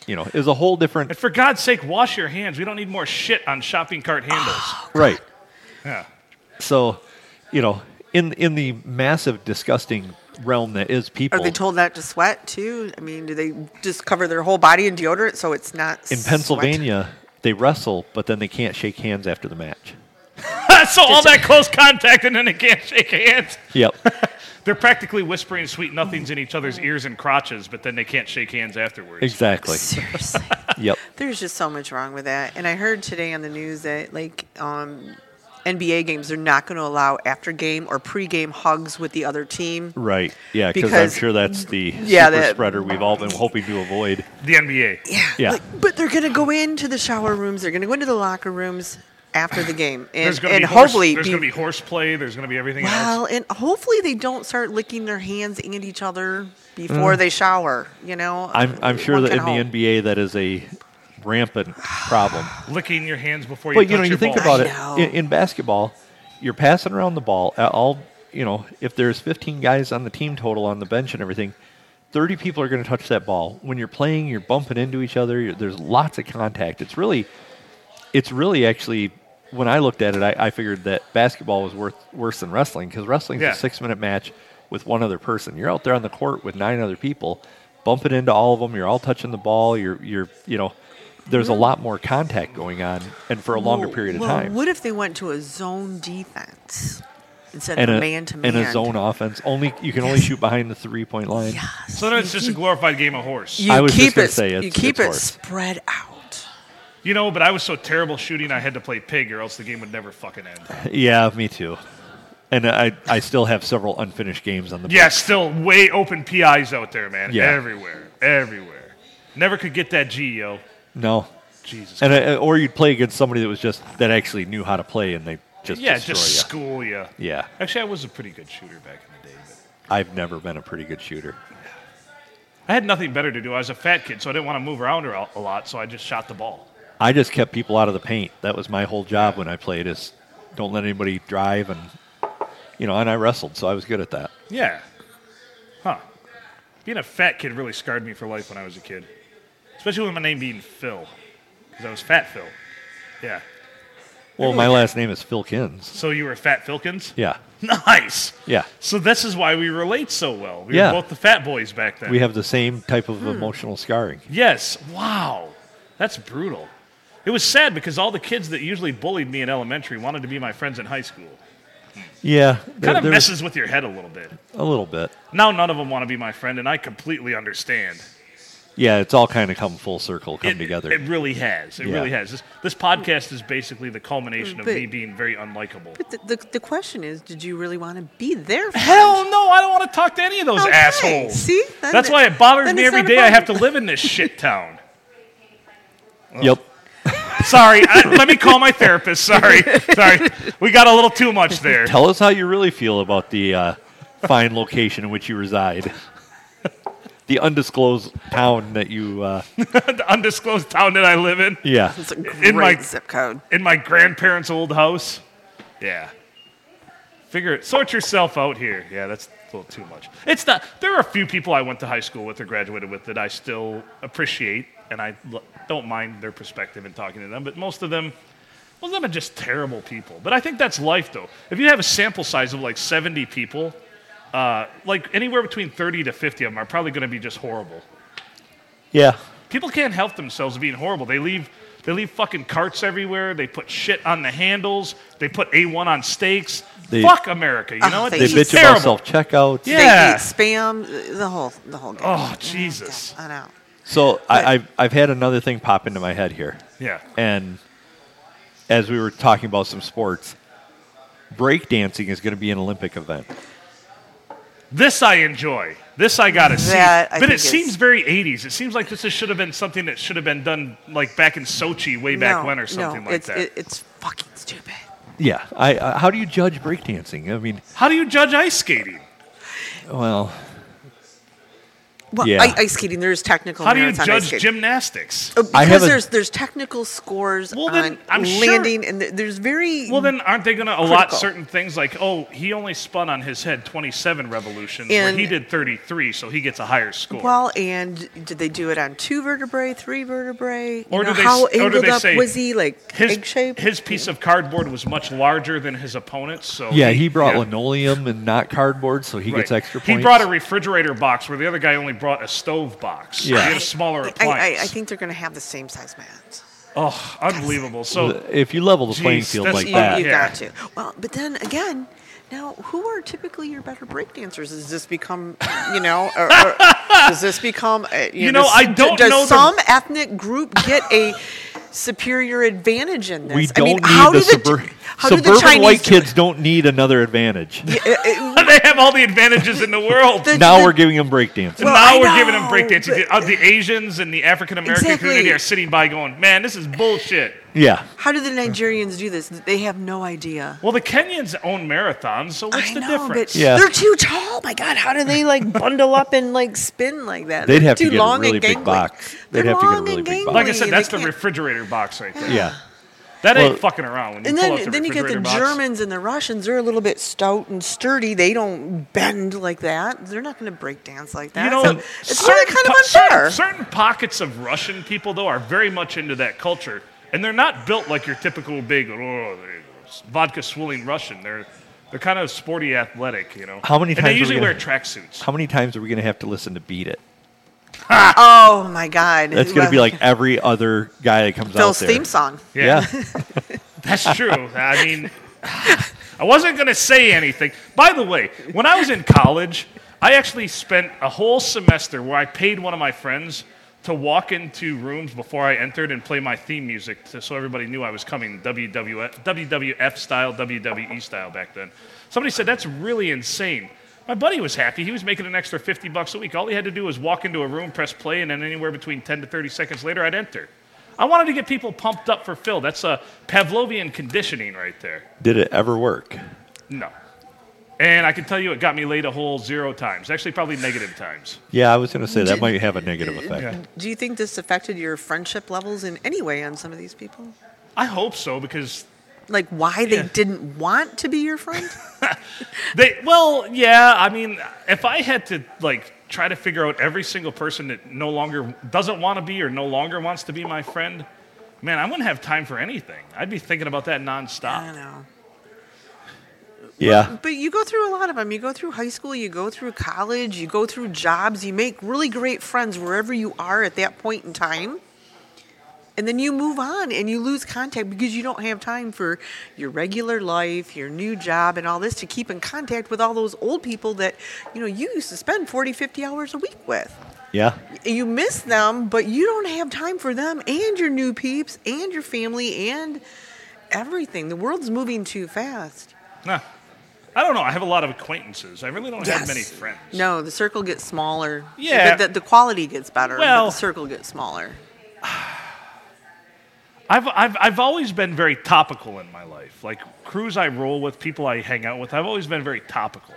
[SPEAKER 2] you know, is a whole different.
[SPEAKER 1] And for God's sake, wash your hands. We don't need more shit on shopping cart handles.
[SPEAKER 2] Right.
[SPEAKER 1] yeah.
[SPEAKER 2] So, you know, in, in the massive, disgusting realm that is people.
[SPEAKER 3] Are they told not to sweat too? I mean, do they just cover their whole body in deodorant so it's not
[SPEAKER 2] in
[SPEAKER 3] sweat?
[SPEAKER 2] Pennsylvania, they wrestle, but then they can't shake hands after the match.
[SPEAKER 1] so all that close contact and then they can't shake hands.
[SPEAKER 2] Yep.
[SPEAKER 1] They're practically whispering sweet nothings in each other's ears and crotches, but then they can't shake hands afterwards.
[SPEAKER 2] exactly.
[SPEAKER 3] Seriously.
[SPEAKER 2] Yep.
[SPEAKER 3] There's just so much wrong with that. And I heard today on the news that like um, NBA games are not going to allow after game or pre-game hugs with the other team.
[SPEAKER 2] Right. Yeah, because I'm
[SPEAKER 3] Because-
[SPEAKER 2] sure that's the
[SPEAKER 3] Yeah,
[SPEAKER 2] super
[SPEAKER 3] that-
[SPEAKER 2] spreader we've all been hoping to avoid.
[SPEAKER 1] The NBA.
[SPEAKER 3] Yeah.
[SPEAKER 2] Yeah.
[SPEAKER 3] like- but they're going to go into the shower rooms. They're going to go into the locker rooms after the game,
[SPEAKER 1] There's
[SPEAKER 3] and,
[SPEAKER 1] going to
[SPEAKER 3] and
[SPEAKER 1] be horse-
[SPEAKER 3] hopefully,
[SPEAKER 1] there's
[SPEAKER 3] be-
[SPEAKER 1] going to be horseplay. There's going to be everything
[SPEAKER 3] well,
[SPEAKER 1] else.
[SPEAKER 3] and hopefully they don't start licking their hands and each other before they shower. You know,
[SPEAKER 2] Mm. I'm, I'm sure
[SPEAKER 3] One
[SPEAKER 2] that
[SPEAKER 3] can
[SPEAKER 2] in
[SPEAKER 3] hope.
[SPEAKER 2] the NBA, that is a rampant problem.
[SPEAKER 1] Licking your hands before you
[SPEAKER 2] But
[SPEAKER 1] touch
[SPEAKER 2] you know, you
[SPEAKER 1] your
[SPEAKER 2] think
[SPEAKER 1] balls.
[SPEAKER 2] about
[SPEAKER 3] I
[SPEAKER 2] it
[SPEAKER 3] know.
[SPEAKER 2] in, in basketball, you're passing around the ball. at All you know, if there's 15 guys on the team total on the bench and everything, 30 people are going to touch that ball. When you're playing, you're bumping into each other. You're, there's lots of contact. It's really, it's really actually. When I looked at it, I, I figured that basketball was worth, worse than wrestling because wrestling's
[SPEAKER 1] Yeah.
[SPEAKER 2] a six-minute match with one other person. You're out there on the court with nine other people, bumping into all of them. You're all touching the ball. You're, you're, you know, there's
[SPEAKER 3] Mm-hmm.
[SPEAKER 2] a lot more contact going on, and for a longer
[SPEAKER 3] Well-
[SPEAKER 2] period of
[SPEAKER 3] well,
[SPEAKER 2] time.
[SPEAKER 3] What if they went to a zone defense instead
[SPEAKER 2] and
[SPEAKER 3] of
[SPEAKER 2] a
[SPEAKER 3] man to man?
[SPEAKER 2] and a zone offense. Only you can only shoot behind the three point line.
[SPEAKER 3] Yes.
[SPEAKER 1] So then it's just a glorified game of horse.
[SPEAKER 3] You
[SPEAKER 2] I was just
[SPEAKER 3] keep
[SPEAKER 2] gonna
[SPEAKER 3] it.
[SPEAKER 2] say it's-
[SPEAKER 3] you keep
[SPEAKER 2] it's
[SPEAKER 3] it
[SPEAKER 2] horse.
[SPEAKER 3] spread out.
[SPEAKER 1] You know, but I was so terrible shooting, I had to play pig, or else the game would never fucking end.
[SPEAKER 2] Yeah, me too. And I, I still have several unfinished games on the
[SPEAKER 1] Yeah, still way open PIs out there, man.
[SPEAKER 2] Yeah.
[SPEAKER 1] Everywhere. Everywhere. Never could get that G, yo.
[SPEAKER 2] book. No,
[SPEAKER 1] Jesus.
[SPEAKER 2] and I, or you'd play against somebody that was just that actually knew how to play, and they just
[SPEAKER 1] yeah,
[SPEAKER 2] destroy
[SPEAKER 1] just
[SPEAKER 2] you.
[SPEAKER 1] school you.
[SPEAKER 2] yeah,
[SPEAKER 1] Actually, I was a pretty good shooter back in the day. But
[SPEAKER 2] I've never been a pretty good shooter.
[SPEAKER 1] I had nothing better to do. I was a fat kid, so I didn't want to move around a a lot, so I just shot the ball.
[SPEAKER 2] I just kept people out of the paint. That was my whole job when I played. Is don't let anybody drive, and you know, and I wrestled, so I was good at that.
[SPEAKER 1] Yeah. Huh. Being a fat kid really scarred me for life when I was a kid, especially with my name being Phil, because I was Fat Phil. Yeah.
[SPEAKER 2] Well, my last name is Filkins.
[SPEAKER 1] So you were Fat Filkins?
[SPEAKER 2] Yeah.
[SPEAKER 1] Nice.
[SPEAKER 2] Yeah.
[SPEAKER 1] So this is why we relate so well. We
[SPEAKER 2] Yeah.
[SPEAKER 1] were both the fat boys back then.
[SPEAKER 2] We have the same type
[SPEAKER 1] Hmm.
[SPEAKER 2] of emotional scarring.
[SPEAKER 1] Yes. Wow. That's brutal. It was sad because all the kids that usually bullied me in elementary wanted to be my friends in high school.
[SPEAKER 2] Yeah. there-
[SPEAKER 1] Kind of
[SPEAKER 2] there was
[SPEAKER 1] messes with your head a little bit.
[SPEAKER 2] a little bit.
[SPEAKER 1] Now none of them want to be my friend, and I completely understand.
[SPEAKER 2] Yeah, it's all kind of come full circle, come
[SPEAKER 1] It-
[SPEAKER 2] together.
[SPEAKER 1] It really has. It
[SPEAKER 2] Yeah.
[SPEAKER 1] really has. This, this podcast is basically the culmination of
[SPEAKER 3] But-
[SPEAKER 1] me being very unlikable.
[SPEAKER 3] But the, the, the question is, did you really want to be there? For
[SPEAKER 1] Hell no! I don't want to talk to any of those
[SPEAKER 3] Okay,
[SPEAKER 1] assholes.
[SPEAKER 3] see? Then
[SPEAKER 1] that's
[SPEAKER 3] it-
[SPEAKER 1] why it bothers
[SPEAKER 3] then
[SPEAKER 1] me
[SPEAKER 3] it's
[SPEAKER 1] every
[SPEAKER 3] not a
[SPEAKER 1] day. I have to
[SPEAKER 3] problem.
[SPEAKER 1] live in this shit town.
[SPEAKER 2] yep.
[SPEAKER 1] Sorry, I, let me call my therapist. Sorry, sorry, we got a little too much there.
[SPEAKER 2] Tell us how you really feel about the uh, fine location in which you reside. the undisclosed town that you, uh,
[SPEAKER 1] the undisclosed town that I live in,
[SPEAKER 2] yeah.
[SPEAKER 3] It's a great
[SPEAKER 1] In my-
[SPEAKER 3] zip code.
[SPEAKER 1] in my grandparents' old house. Yeah. Figure it. Sort yourself out here. Yeah, that's a little too much. It's not. There are a few people I went to high school with or graduated with that I still appreciate, and I l- don't mind their perspective in talking to them. But most of them, most of them are just terrible people. But I think that's life, though. If you have a sample size of like 70 people, uh, like anywhere between 30 to 50 of them are probably going to be just horrible
[SPEAKER 2] Yeah.
[SPEAKER 1] people can't help themselves being horrible. They leave they leave fucking carts everywhere. They put shit on the handles. They put A1 on steaks.
[SPEAKER 2] They-
[SPEAKER 1] Fuck America. You
[SPEAKER 3] Oh,
[SPEAKER 1] know what?
[SPEAKER 3] they
[SPEAKER 2] They
[SPEAKER 1] This is
[SPEAKER 2] bitch
[SPEAKER 1] terrible.
[SPEAKER 2] about self checkouts.
[SPEAKER 1] Yeah.
[SPEAKER 3] They eat spam, uh, the whole, the whole game.
[SPEAKER 1] Oh, Jesus.
[SPEAKER 3] I know.
[SPEAKER 2] So I, I've, I've had another thing pop into my head here.
[SPEAKER 1] Yeah.
[SPEAKER 2] And as we were talking about some sports, breakdancing is going to be an Olympic event.
[SPEAKER 1] This I enjoy. This I gotta see.
[SPEAKER 3] That I
[SPEAKER 1] but it
[SPEAKER 3] think is-
[SPEAKER 1] seems very 80s. It seems like this is- should have been something that should have been done like back in Sochi way back
[SPEAKER 3] no,
[SPEAKER 1] when or something
[SPEAKER 3] no,
[SPEAKER 1] like
[SPEAKER 3] it's,
[SPEAKER 1] that.
[SPEAKER 3] It, it's fucking stupid.
[SPEAKER 2] Yeah. I, I, how do you judge breakdancing? I mean,
[SPEAKER 1] How do you judge ice skating?
[SPEAKER 2] well,
[SPEAKER 3] Well,
[SPEAKER 2] Yeah.
[SPEAKER 3] i- ice skating, there's technical
[SPEAKER 1] How do you
[SPEAKER 3] merits on ice
[SPEAKER 1] judge
[SPEAKER 3] skating.
[SPEAKER 1] gymnastics?
[SPEAKER 3] Oh,
[SPEAKER 2] I
[SPEAKER 3] because
[SPEAKER 2] have a-
[SPEAKER 3] there's there's technical scores
[SPEAKER 1] Well, then,
[SPEAKER 3] on
[SPEAKER 1] I'm sure-
[SPEAKER 3] landing, and th- there's very
[SPEAKER 1] Well, then, aren't they going to allot
[SPEAKER 3] Critical.
[SPEAKER 1] certain things like, oh, he only spun on his head 27 revolutions, where
[SPEAKER 3] And-
[SPEAKER 1] he did 33, so he gets a higher score?
[SPEAKER 3] well. And did they do it on two vertebrae, three vertebrae? You
[SPEAKER 1] Or do
[SPEAKER 3] know,
[SPEAKER 1] they s-
[SPEAKER 3] how
[SPEAKER 1] or do
[SPEAKER 3] angled
[SPEAKER 1] they
[SPEAKER 3] up
[SPEAKER 1] say
[SPEAKER 3] was he? Like
[SPEAKER 1] his,
[SPEAKER 3] egg shape?
[SPEAKER 1] his piece of cardboard was much larger than his opponent's, so
[SPEAKER 2] yeah, he brought
[SPEAKER 1] yeah,
[SPEAKER 2] linoleum and not cardboard, so he
[SPEAKER 1] right.
[SPEAKER 2] gets extra
[SPEAKER 1] He
[SPEAKER 2] points.
[SPEAKER 1] brought a refrigerator box where the other guy only brought a stove box.
[SPEAKER 2] Yeah.
[SPEAKER 1] he had a smaller
[SPEAKER 3] I, I,
[SPEAKER 1] appliance.
[SPEAKER 3] I think they're going to have the same size mats.
[SPEAKER 1] oh, unbelievable! So
[SPEAKER 2] Uh, if you level the playing
[SPEAKER 1] Jeez,
[SPEAKER 2] field
[SPEAKER 1] that's
[SPEAKER 2] like
[SPEAKER 1] easy.
[SPEAKER 3] You,
[SPEAKER 2] that,
[SPEAKER 3] you
[SPEAKER 1] Yeah.
[SPEAKER 3] got to. Well, but then again, now who are typically your better breakdancers? Does this become, you know, or, or does this become, uh, you,
[SPEAKER 1] You know,
[SPEAKER 3] does-
[SPEAKER 1] I don't
[SPEAKER 3] does
[SPEAKER 1] know the-
[SPEAKER 3] some ethnic group get a superior advantage in this?
[SPEAKER 2] we
[SPEAKER 3] I
[SPEAKER 2] don't
[SPEAKER 3] mean,
[SPEAKER 2] need
[SPEAKER 3] how
[SPEAKER 2] the,
[SPEAKER 3] do the
[SPEAKER 2] suburb-
[SPEAKER 3] how do
[SPEAKER 2] suburban
[SPEAKER 3] the Chinese
[SPEAKER 2] white
[SPEAKER 3] do
[SPEAKER 2] kids don't need another advantage.
[SPEAKER 3] it? Uh, uh,
[SPEAKER 1] they have all the advantages in the world.
[SPEAKER 3] The-
[SPEAKER 2] now we're giving them breakdancing.
[SPEAKER 3] Well,
[SPEAKER 1] now
[SPEAKER 3] I
[SPEAKER 1] we're giving them
[SPEAKER 3] know,
[SPEAKER 1] breakdancing.
[SPEAKER 3] but-
[SPEAKER 1] Uh, the Asians and the African American
[SPEAKER 3] Exactly.
[SPEAKER 1] community are sitting by, going, "Man, this is bullshit."
[SPEAKER 2] yeah.
[SPEAKER 3] How do the Nigerians do this? They have no idea.
[SPEAKER 1] Well, the Kenyans own marathons, so what's
[SPEAKER 3] I
[SPEAKER 1] the
[SPEAKER 3] know,
[SPEAKER 1] difference?
[SPEAKER 3] but
[SPEAKER 2] Yeah.
[SPEAKER 3] they're too tall. My God, how do they like bundle up and like spin like that?
[SPEAKER 2] They'd
[SPEAKER 3] They're
[SPEAKER 2] have to
[SPEAKER 3] too
[SPEAKER 2] get a
[SPEAKER 3] long
[SPEAKER 2] really
[SPEAKER 3] and
[SPEAKER 2] big
[SPEAKER 3] gangly.
[SPEAKER 2] box. They'd
[SPEAKER 3] They're
[SPEAKER 2] have to get a
[SPEAKER 3] long
[SPEAKER 2] really
[SPEAKER 3] and
[SPEAKER 2] big
[SPEAKER 3] gangly.
[SPEAKER 2] box.
[SPEAKER 1] like I said,
[SPEAKER 3] they
[SPEAKER 1] that's the
[SPEAKER 3] can't-
[SPEAKER 1] refrigerator box right there.
[SPEAKER 2] Yeah.
[SPEAKER 1] That ain't
[SPEAKER 2] Well-
[SPEAKER 1] fucking around. When you
[SPEAKER 3] And
[SPEAKER 1] pull out
[SPEAKER 3] then,
[SPEAKER 1] the
[SPEAKER 3] then you get the
[SPEAKER 1] refrigerator box.
[SPEAKER 3] Germans and the Russians. They're a little bit stout and sturdy. They don't bend like that. They're not going to break dance like that.
[SPEAKER 1] You know,
[SPEAKER 3] so it's sort
[SPEAKER 1] certain
[SPEAKER 3] of kind of
[SPEAKER 1] po- certain-
[SPEAKER 3] unfair.
[SPEAKER 1] Certain, pockets of Russian people, though, are very much into that culture, and they're not built like your typical big oh, vodka swilling Russian. They're they're kind of sporty, athletic, you know.
[SPEAKER 2] How many
[SPEAKER 1] and
[SPEAKER 2] times are
[SPEAKER 1] they
[SPEAKER 2] we
[SPEAKER 1] usually
[SPEAKER 2] gonna-
[SPEAKER 1] wear tracksuits.
[SPEAKER 2] How many times are we going to have to listen to "Beat It"?
[SPEAKER 3] oh my God!
[SPEAKER 2] That's going to be like every other guy that comes
[SPEAKER 3] Phil's
[SPEAKER 2] out there.
[SPEAKER 3] theme song.
[SPEAKER 2] Yeah.
[SPEAKER 1] That's true. I mean, I wasn't going to say anything. By the way, when I was in college, I actually spent a whole semester where I paid one of my friends to walk into rooms before I entered and play my theme music to, so everybody knew I was coming WWF, WWF style, WWE style back then. Somebody said, That's really insane. My buddy was happy. He was making an extra 50 bucks a week. All he had to do was walk into a room, press play, and then anywhere between 10 to 30 seconds later, I'd enter. I wanted to get people pumped up for Phil. That's a Pavlovian conditioning right there.
[SPEAKER 2] Did it ever work?
[SPEAKER 1] No. And I can tell you it got me laid a whole zero times. Actually, probably negative times.
[SPEAKER 2] Yeah, I was going to say that might have a negative effect.
[SPEAKER 3] Do you think this affected your friendship levels in any way on some of these people?
[SPEAKER 1] I hope so because
[SPEAKER 3] Like why they
[SPEAKER 1] Yeah.
[SPEAKER 3] didn't want to be your friend?
[SPEAKER 1] they, well, yeah, I mean, if I had to like try to figure out every single person that no longer doesn't want to be or no longer wants to be my friend, Man, I wouldn't have time for anything. I'd be thinking about that
[SPEAKER 3] I
[SPEAKER 1] nonstop.
[SPEAKER 3] know.
[SPEAKER 2] Yeah.
[SPEAKER 3] But you go through a lot of them. You go through high school, you go through college, you go through jobs, you make really great friends wherever you are at that point in time. And then you move on and you lose contact because you don't have time for your regular life, your new job, and all this to keep in contact with all those old people that, you know, you used to spend 40, 50 hours a week with.
[SPEAKER 2] Yeah.
[SPEAKER 3] You miss them, but you don't have time for them and your new peeps and your family and everything. The world's moving too fast.
[SPEAKER 1] Nah. I don't know. I have a lot of acquaintances. I really don't have
[SPEAKER 3] Yes.
[SPEAKER 1] many friends.
[SPEAKER 3] No, the circle gets smaller.
[SPEAKER 1] Yeah.
[SPEAKER 3] The, the, the quality gets better, but
[SPEAKER 1] Well-
[SPEAKER 3] the circle gets smaller.
[SPEAKER 1] I've, I've, I've always been very topical in my life. Like crews I roll with, people I hang out with, I've always been very topical.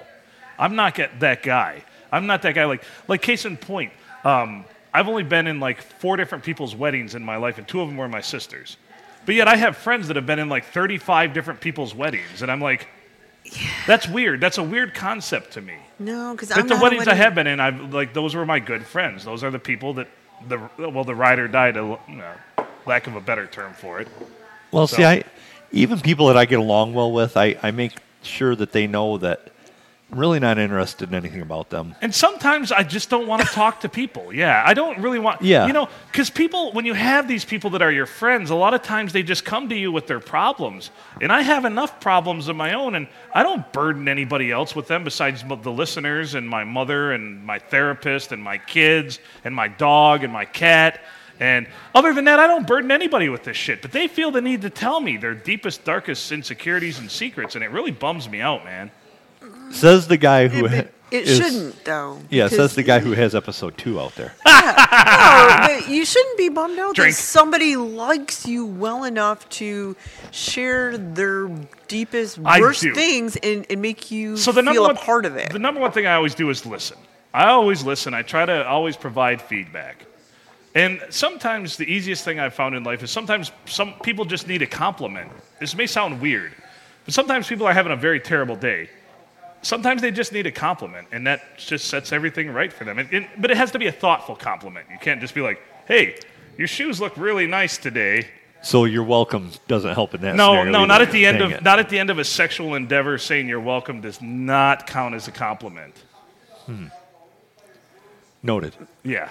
[SPEAKER 1] I'm not get that guy. I'm not that guy. Like, like case in point, um, I've only been in like four different people's weddings in my life, and two of them were my sisters. But yet I have friends that have been in like 35 different people's weddings, and I'm like, that's weird. That's a weird concept to me.
[SPEAKER 3] No, because
[SPEAKER 1] But
[SPEAKER 3] I'm
[SPEAKER 1] the
[SPEAKER 3] not
[SPEAKER 1] weddings
[SPEAKER 3] a
[SPEAKER 1] I have been in, I've like those were my good friends. Those are the people that the well, the ride or die, to, uh, lack of a better term for it.
[SPEAKER 2] Well,
[SPEAKER 1] So-
[SPEAKER 2] see, I even people that I get along well with, I, I make sure that they know that I'm really not interested in anything about them.
[SPEAKER 1] And sometimes I just don't want to talk to people. Yeah, I don't really want.
[SPEAKER 2] Yeah.
[SPEAKER 1] you know, because people, when you have these people that are your friends, a lot of times they just come to you with their problems. And I have enough problems of my own, and I don't burden anybody else with them besides m- the listeners and my mother and my therapist and my kids and my dog and my cat. And other than that, I don't burden anybody with this shit. But they feel the need to tell me their deepest, darkest insecurities and secrets, and it really bums me out, man.
[SPEAKER 2] Says the guy who
[SPEAKER 3] It,
[SPEAKER 2] ha-
[SPEAKER 3] it
[SPEAKER 2] is-
[SPEAKER 3] shouldn't, though.
[SPEAKER 2] Yeah,
[SPEAKER 3] because-
[SPEAKER 2] says the guy who has episode two out there.
[SPEAKER 3] No, but you shouldn't be bummed out
[SPEAKER 1] Drink.
[SPEAKER 3] that somebody likes you well enough to share their deepest,
[SPEAKER 1] I
[SPEAKER 3] worst
[SPEAKER 1] do.
[SPEAKER 3] things and, and make you
[SPEAKER 1] so the number
[SPEAKER 3] feel
[SPEAKER 1] one,
[SPEAKER 3] a part of it.
[SPEAKER 1] The number one thing I always do is listen. I always listen. I try to always provide feedback. And sometimes the easiest thing I've found in life is sometimes some people just need a compliment. This may sound weird, but sometimes people are having a very terrible day. Sometimes they just need a compliment, and that just sets everything right for them. It, it- but it has to be a thoughtful compliment. You can't just be like, "Hey, your shoes look really nice today."
[SPEAKER 2] So you're welcome doesn't help in that.
[SPEAKER 1] No,
[SPEAKER 2] scenario
[SPEAKER 1] no,
[SPEAKER 2] either.
[SPEAKER 1] not at the end
[SPEAKER 2] Dang
[SPEAKER 1] of
[SPEAKER 2] it.
[SPEAKER 1] not at the end of a sexual endeavor. Saying you're welcome does not count as a compliment.
[SPEAKER 2] noted.
[SPEAKER 1] Yeah.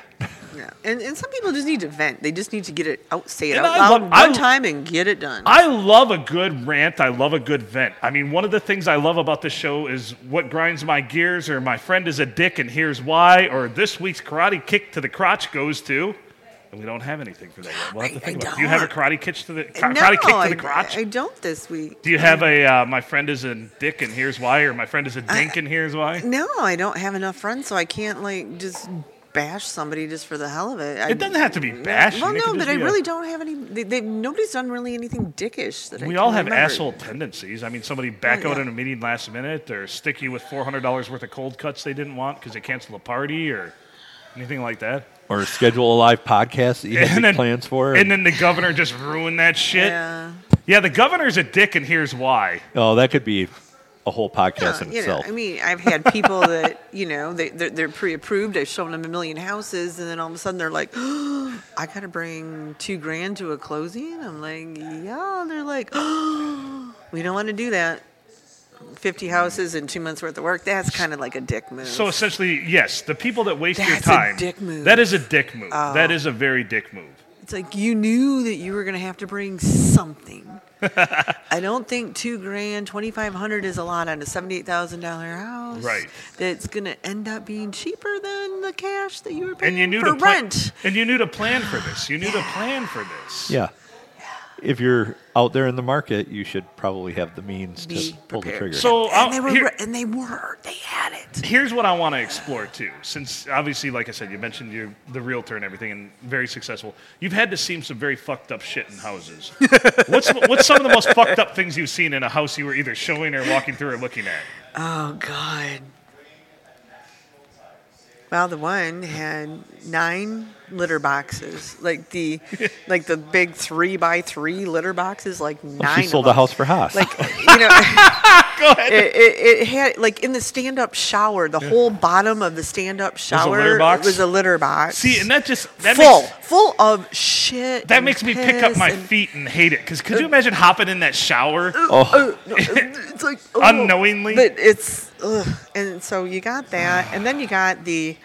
[SPEAKER 3] Yeah. and, and some people just need to vent. They just need to get it out, say it
[SPEAKER 1] And
[SPEAKER 3] out
[SPEAKER 1] I love-
[SPEAKER 3] loud one
[SPEAKER 1] I-
[SPEAKER 3] time and get it done.
[SPEAKER 1] I love a good rant. I love a good vent. I mean, one of the things I love about this show is what grinds my gears, or my friend is a dick and here's why, or this week's karate kick to the crotch goes to. And we don't have anything for that yet. We'll have to
[SPEAKER 3] I-
[SPEAKER 1] think
[SPEAKER 3] I
[SPEAKER 1] about it. Do you have a
[SPEAKER 3] don't.
[SPEAKER 1] karate kick to the,
[SPEAKER 3] no,
[SPEAKER 1] karate kick to
[SPEAKER 3] I,
[SPEAKER 1] the crotch?
[SPEAKER 3] I don't this week.
[SPEAKER 1] Do you have a uh, my friend is a dick and here's why, or my friend is a dink and here's why?
[SPEAKER 3] No, I don't have enough friends, so I can't like just bash somebody just for the hell of it. I,
[SPEAKER 1] It doesn't have to be bashing.
[SPEAKER 3] Well,
[SPEAKER 1] It could
[SPEAKER 3] no,
[SPEAKER 1] just
[SPEAKER 3] but I
[SPEAKER 1] be a-
[SPEAKER 3] really don't have any. They, they, nobody's done really anything dickish that I
[SPEAKER 1] We
[SPEAKER 3] can
[SPEAKER 1] all have
[SPEAKER 3] remember.
[SPEAKER 1] asshole tendencies. I mean, somebody back
[SPEAKER 3] Oh,
[SPEAKER 1] out
[SPEAKER 3] yeah.
[SPEAKER 1] in a meeting last minute, or stick you with four hundred dollars worth of cold cuts they didn't want because they canceled a party, or anything like that.
[SPEAKER 2] Or schedule a live podcast that you have big plans for.
[SPEAKER 1] and then the governor just ruined that shit. Yeah.
[SPEAKER 3] Yeah,
[SPEAKER 1] the governor's a dick, and here's why.
[SPEAKER 2] oh, that could be a whole podcast in
[SPEAKER 3] Uh, you know,
[SPEAKER 2] itself.
[SPEAKER 3] I mean, I've had people that you know they they're, they're pre-approved. I've shown them a million houses, and then all of a sudden they're like, "I got to bring two grand to a closing." I'm like, "Yeah," and they're like, "We don't want to do that." Fifty houses and two months worth of work. That's kind of like a dick move.
[SPEAKER 1] So essentially, yes, the people that waste your
[SPEAKER 3] That's a
[SPEAKER 1] time.
[SPEAKER 3] dick move. Oh.
[SPEAKER 1] That is a dick move. That is a very dick move.
[SPEAKER 3] It's like you knew that you were going to have to bring something. I don't think two grand, twenty five hundred is a lot on a seventy eight thousand dollar house.
[SPEAKER 1] Right.
[SPEAKER 3] That's going to end up being cheaper than the cash that you were paying
[SPEAKER 1] And you knew
[SPEAKER 3] for
[SPEAKER 1] to plan-
[SPEAKER 3] rent.
[SPEAKER 1] And you knew to plan for this. You knew to plan for this.
[SPEAKER 2] yeah. If you're out there in the market, you should probably have the means to
[SPEAKER 3] Be
[SPEAKER 2] pull the
[SPEAKER 3] prepared.
[SPEAKER 2] trigger.
[SPEAKER 1] So I'll-
[SPEAKER 3] and they were,
[SPEAKER 1] here-
[SPEAKER 3] and they were, they had it.
[SPEAKER 1] here's what I want to explore too. Since obviously, like I said, you mentioned you're the realtor and everything, and very successful. You've had to see some very fucked up shit in houses. what's what's some of the most fucked up things you've seen in a house you were either showing or walking through or looking at?
[SPEAKER 3] Oh God. Well, the one had nine litter boxes, like the, like the big three by three litter boxes, like nine.
[SPEAKER 2] Oh, she sold
[SPEAKER 3] of
[SPEAKER 2] a
[SPEAKER 3] them.
[SPEAKER 2] house for Haas.
[SPEAKER 3] like you know
[SPEAKER 1] Go ahead.
[SPEAKER 3] It, it, it had like in the stand-up shower, the whole bottom of the stand-up shower
[SPEAKER 1] litter box?
[SPEAKER 3] It was a litter box.
[SPEAKER 1] See, and that just that
[SPEAKER 3] full,
[SPEAKER 1] makes
[SPEAKER 3] full of shit.
[SPEAKER 1] that
[SPEAKER 3] and
[SPEAKER 1] makes me pick up
[SPEAKER 3] piss
[SPEAKER 1] my
[SPEAKER 3] and-
[SPEAKER 1] feet and hate it. Because could you imagine hopping in that shower?
[SPEAKER 3] Oh, it's like oh.
[SPEAKER 1] Unknowingly?
[SPEAKER 3] But it's ugh. and so you got that, and then you got the.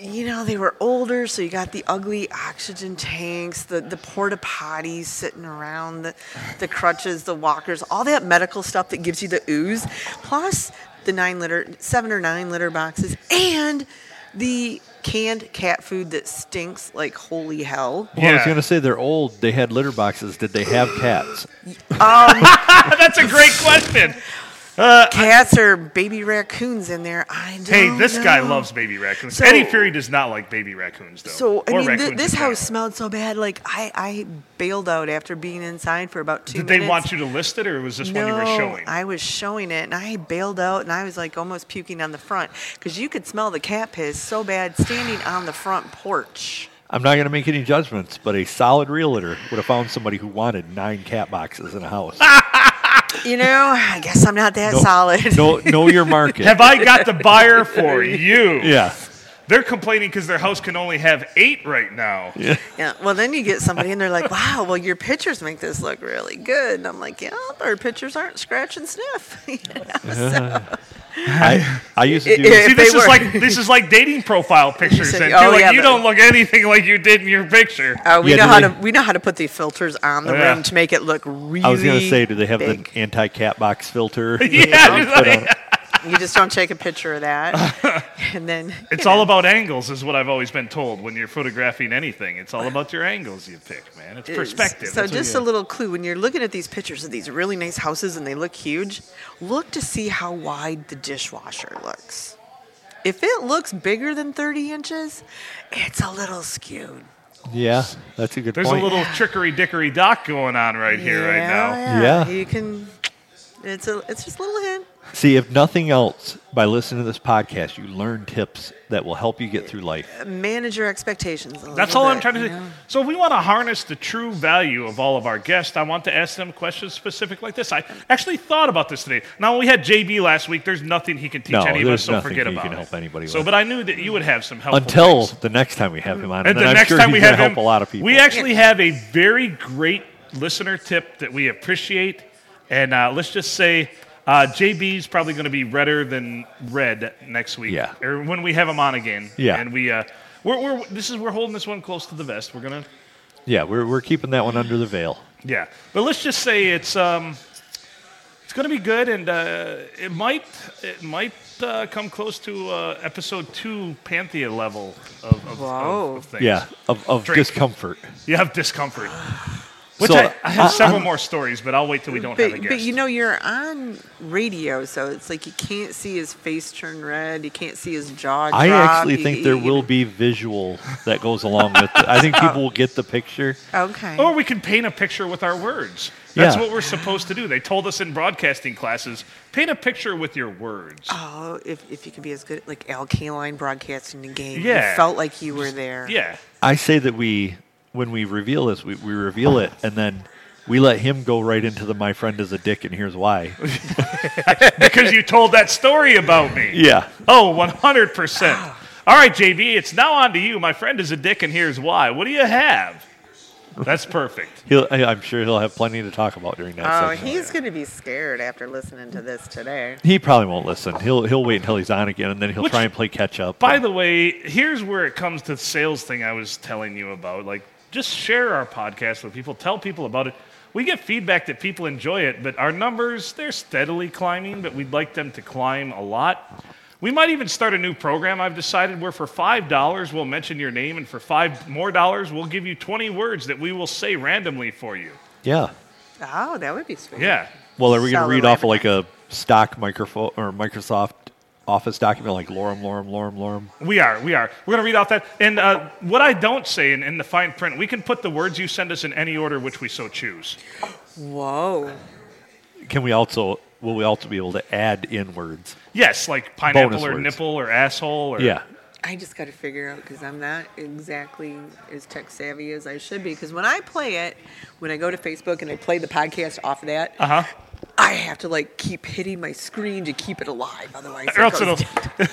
[SPEAKER 3] You know they were older, so you got the ugly oxygen tanks, the the porta potties sitting around, the the crutches, the walkers, all that medical stuff that gives you the ooze, plus the nine litter, seven or nine litter boxes, and the canned cat food that stinks like holy hell.
[SPEAKER 2] Well, I was
[SPEAKER 1] Yeah.
[SPEAKER 2] going to say they're old. They had litter boxes. Did they have cats?
[SPEAKER 1] That's a great question.
[SPEAKER 3] Cats are baby raccoons in there. I don't
[SPEAKER 1] Hey, this guy
[SPEAKER 3] know.
[SPEAKER 1] loves baby raccoons.
[SPEAKER 3] Oh, So-
[SPEAKER 1] Eddie Fury does not like baby raccoons, though.
[SPEAKER 3] So I
[SPEAKER 1] or raccoons
[SPEAKER 3] mean, th-
[SPEAKER 1] in
[SPEAKER 3] this
[SPEAKER 1] general.
[SPEAKER 3] house smelled so bad. Like I, I bailed out after being inside for about two
[SPEAKER 1] Did
[SPEAKER 3] minutes.
[SPEAKER 1] they want you to list it, or was this one
[SPEAKER 3] No,
[SPEAKER 1] you were showing?
[SPEAKER 3] I was showing it, and I bailed out, and I was like almost puking on the front because you could smell the cat piss so bad standing on the front porch.
[SPEAKER 2] I'm not going to make any judgments, but a solid realtor would have found somebody who wanted nine cat boxes in a house.
[SPEAKER 3] Ah, You know, I guess I'm not that
[SPEAKER 2] No-
[SPEAKER 3] solid.
[SPEAKER 2] Know, know your market.
[SPEAKER 1] Have I got the buyer for you?
[SPEAKER 2] yeah.
[SPEAKER 1] They're complaining because their house can only have eight right now.
[SPEAKER 3] Yeah. Well, then you get somebody, and they're like, "Wow, well your pictures make this look really good." And I'm like, "Yeah, our pictures aren't Uh, scratch and sniff." You know, so-
[SPEAKER 2] I, I used to do.
[SPEAKER 3] If
[SPEAKER 1] See,
[SPEAKER 3] they
[SPEAKER 1] this is
[SPEAKER 3] were-
[SPEAKER 1] like this is like dating profile pictures.
[SPEAKER 3] said-
[SPEAKER 1] and
[SPEAKER 3] oh,
[SPEAKER 1] like,
[SPEAKER 3] yeah,
[SPEAKER 1] you
[SPEAKER 3] but-
[SPEAKER 1] don't look anything like you did in your picture.
[SPEAKER 3] Uh, we
[SPEAKER 2] Yeah,
[SPEAKER 3] know
[SPEAKER 2] do
[SPEAKER 3] how
[SPEAKER 2] they-
[SPEAKER 3] to we know how to put the filters on the
[SPEAKER 1] Oh, Yeah.
[SPEAKER 3] room to make it look really.
[SPEAKER 2] I was going to say, do they have
[SPEAKER 3] big.
[SPEAKER 2] the anti cat box filter?
[SPEAKER 1] Yeah, just like-
[SPEAKER 3] You just don't take a picture of that, and then
[SPEAKER 1] It's all about angles, is what I've always been told when you're photographing anything. It's all about your angles you pick, man. It's perspective.
[SPEAKER 3] So
[SPEAKER 1] That's what
[SPEAKER 3] just
[SPEAKER 1] you-
[SPEAKER 3] a little clue when you're looking at these pictures of these really nice houses and they look huge, look to see how wide the dishwasher looks. If it looks bigger than 30 inches, it's a little skewed.
[SPEAKER 2] yeah, that's a good
[SPEAKER 1] There's
[SPEAKER 2] point.
[SPEAKER 1] a little trickery dickery dock going on right here, right now.
[SPEAKER 2] Yeah.
[SPEAKER 3] You can. It's a. It's just a little hint.
[SPEAKER 2] See, if nothing else, by listening to this podcast, you learn tips that will help you get through life.
[SPEAKER 3] Manage your expectations. A
[SPEAKER 1] That's
[SPEAKER 3] little
[SPEAKER 1] all I'm
[SPEAKER 3] bit,
[SPEAKER 1] trying to
[SPEAKER 3] you know?
[SPEAKER 1] do. So if we want to harness the true value of all of our guests, I want to ask them questions specific like this. I actually thought about this today. Now we had JB last week. There's nothing he can teach
[SPEAKER 2] No,
[SPEAKER 1] any of
[SPEAKER 2] there's
[SPEAKER 1] us, so
[SPEAKER 2] nothing
[SPEAKER 1] forget
[SPEAKER 2] he
[SPEAKER 1] about
[SPEAKER 2] can
[SPEAKER 1] it.
[SPEAKER 2] help anybody
[SPEAKER 1] so,
[SPEAKER 2] with.
[SPEAKER 1] but I knew that you would have some help
[SPEAKER 2] Until the next time we have him on, and,
[SPEAKER 1] And
[SPEAKER 2] then
[SPEAKER 1] the
[SPEAKER 2] I'm
[SPEAKER 1] next
[SPEAKER 2] sure
[SPEAKER 1] time
[SPEAKER 2] he's
[SPEAKER 1] we
[SPEAKER 2] gonna
[SPEAKER 1] have
[SPEAKER 2] help
[SPEAKER 1] him,
[SPEAKER 2] a lot of people.
[SPEAKER 1] We actually have a very great listener tip that we appreciate, and uh, let's just say uh, JB's probably going to be redder than red next week,
[SPEAKER 2] Yeah.
[SPEAKER 1] or when we have him on again.
[SPEAKER 2] Yeah.
[SPEAKER 1] and we uh, we're, we're this is we're holding this one close to the vest. We're gonna
[SPEAKER 2] yeah, we're, we're keeping that one under the veil.
[SPEAKER 1] yeah, but let's just say it's um, it's going to be good, and uh, it might it might uh, come close to uh, episode two Panthea level of of, of-
[SPEAKER 3] Whoa.
[SPEAKER 1] of things.
[SPEAKER 2] Yeah, of, of
[SPEAKER 1] Drink.
[SPEAKER 2] discomfort.
[SPEAKER 1] You have discomfort. Which
[SPEAKER 2] So, uh,
[SPEAKER 1] I, I have
[SPEAKER 2] I-
[SPEAKER 1] several more stories, but I'll wait till we don't have a
[SPEAKER 3] But,
[SPEAKER 1] guest.
[SPEAKER 3] but you know you're on radio, so it's like you can't see his face turn red. You can't see his jaw.
[SPEAKER 2] I
[SPEAKER 3] drop,
[SPEAKER 2] actually
[SPEAKER 3] you-
[SPEAKER 2] think there
[SPEAKER 3] you-
[SPEAKER 2] will be visual that goes along with it. I think people will get the picture.
[SPEAKER 3] Okay.
[SPEAKER 1] or we can paint a picture with our words. That's
[SPEAKER 2] Yeah.
[SPEAKER 1] what we're supposed to do. They told us in broadcasting classes, paint a picture with your words.
[SPEAKER 3] Oh, if, if you could be as good like Al Kaline broadcasting the game,
[SPEAKER 1] Yeah.
[SPEAKER 3] you felt like you were there.
[SPEAKER 1] Yeah.
[SPEAKER 2] I say that we, when we reveal this, we, we reveal it and then we let him go right into the my friend is a dick and here's why.
[SPEAKER 1] Because you told that story about me.
[SPEAKER 2] Yeah.
[SPEAKER 1] Oh, 100%.
[SPEAKER 3] Ah.
[SPEAKER 1] All right, JB, it's now on to you. My friend is a dick, and here's why. What do you have? That's perfect.
[SPEAKER 2] He'll, I, I'm sure he'll have plenty to talk about during that.
[SPEAKER 3] Oh,
[SPEAKER 2] segment.
[SPEAKER 3] he's gonna be scared after listening to this today.
[SPEAKER 2] He probably won't listen. He'll he'll wait until he's on again, and then he'll
[SPEAKER 1] Which-
[SPEAKER 2] try and play catch up.
[SPEAKER 1] By the way, here's where it comes to the sales thing I was telling you about. Like, just share our podcast with people, tell people about it. We get feedback that people enjoy it, but our numbers, they're steadily climbing, but we'd like them to climb a lot. We might even start a new program I've decided where for $5 we'll mention your name, and for 5 more dollars we'll give you 20 words that we will say randomly for you.
[SPEAKER 2] yeah.
[SPEAKER 3] Oh, that would be sweet.
[SPEAKER 1] Yeah.
[SPEAKER 2] Well, are we going to
[SPEAKER 3] Solid
[SPEAKER 2] read off of like a stock microphone or Microsoft Office document like lorem lorem lorem lorem?
[SPEAKER 1] We are, we are. We're going to read off that. And uh, what I don't say in, in the fine print, we can put the words you send us in any order which we so choose.
[SPEAKER 3] Whoa.
[SPEAKER 2] Can we also will we also be able to add in words?
[SPEAKER 1] Yes, like pineapple
[SPEAKER 2] Bonus
[SPEAKER 1] or
[SPEAKER 2] words.
[SPEAKER 1] nipple or asshole or
[SPEAKER 2] Yeah.
[SPEAKER 3] I just got to figure out because I'm not exactly as tech savvy as I should be. Because when I play it, when I go to Facebook and I play the podcast off of that,
[SPEAKER 1] Uh huh.
[SPEAKER 3] I have to like keep hitting my screen to keep it alive. Otherwise, it
[SPEAKER 1] Or else
[SPEAKER 3] goes
[SPEAKER 1] it'll-
[SPEAKER 3] dead.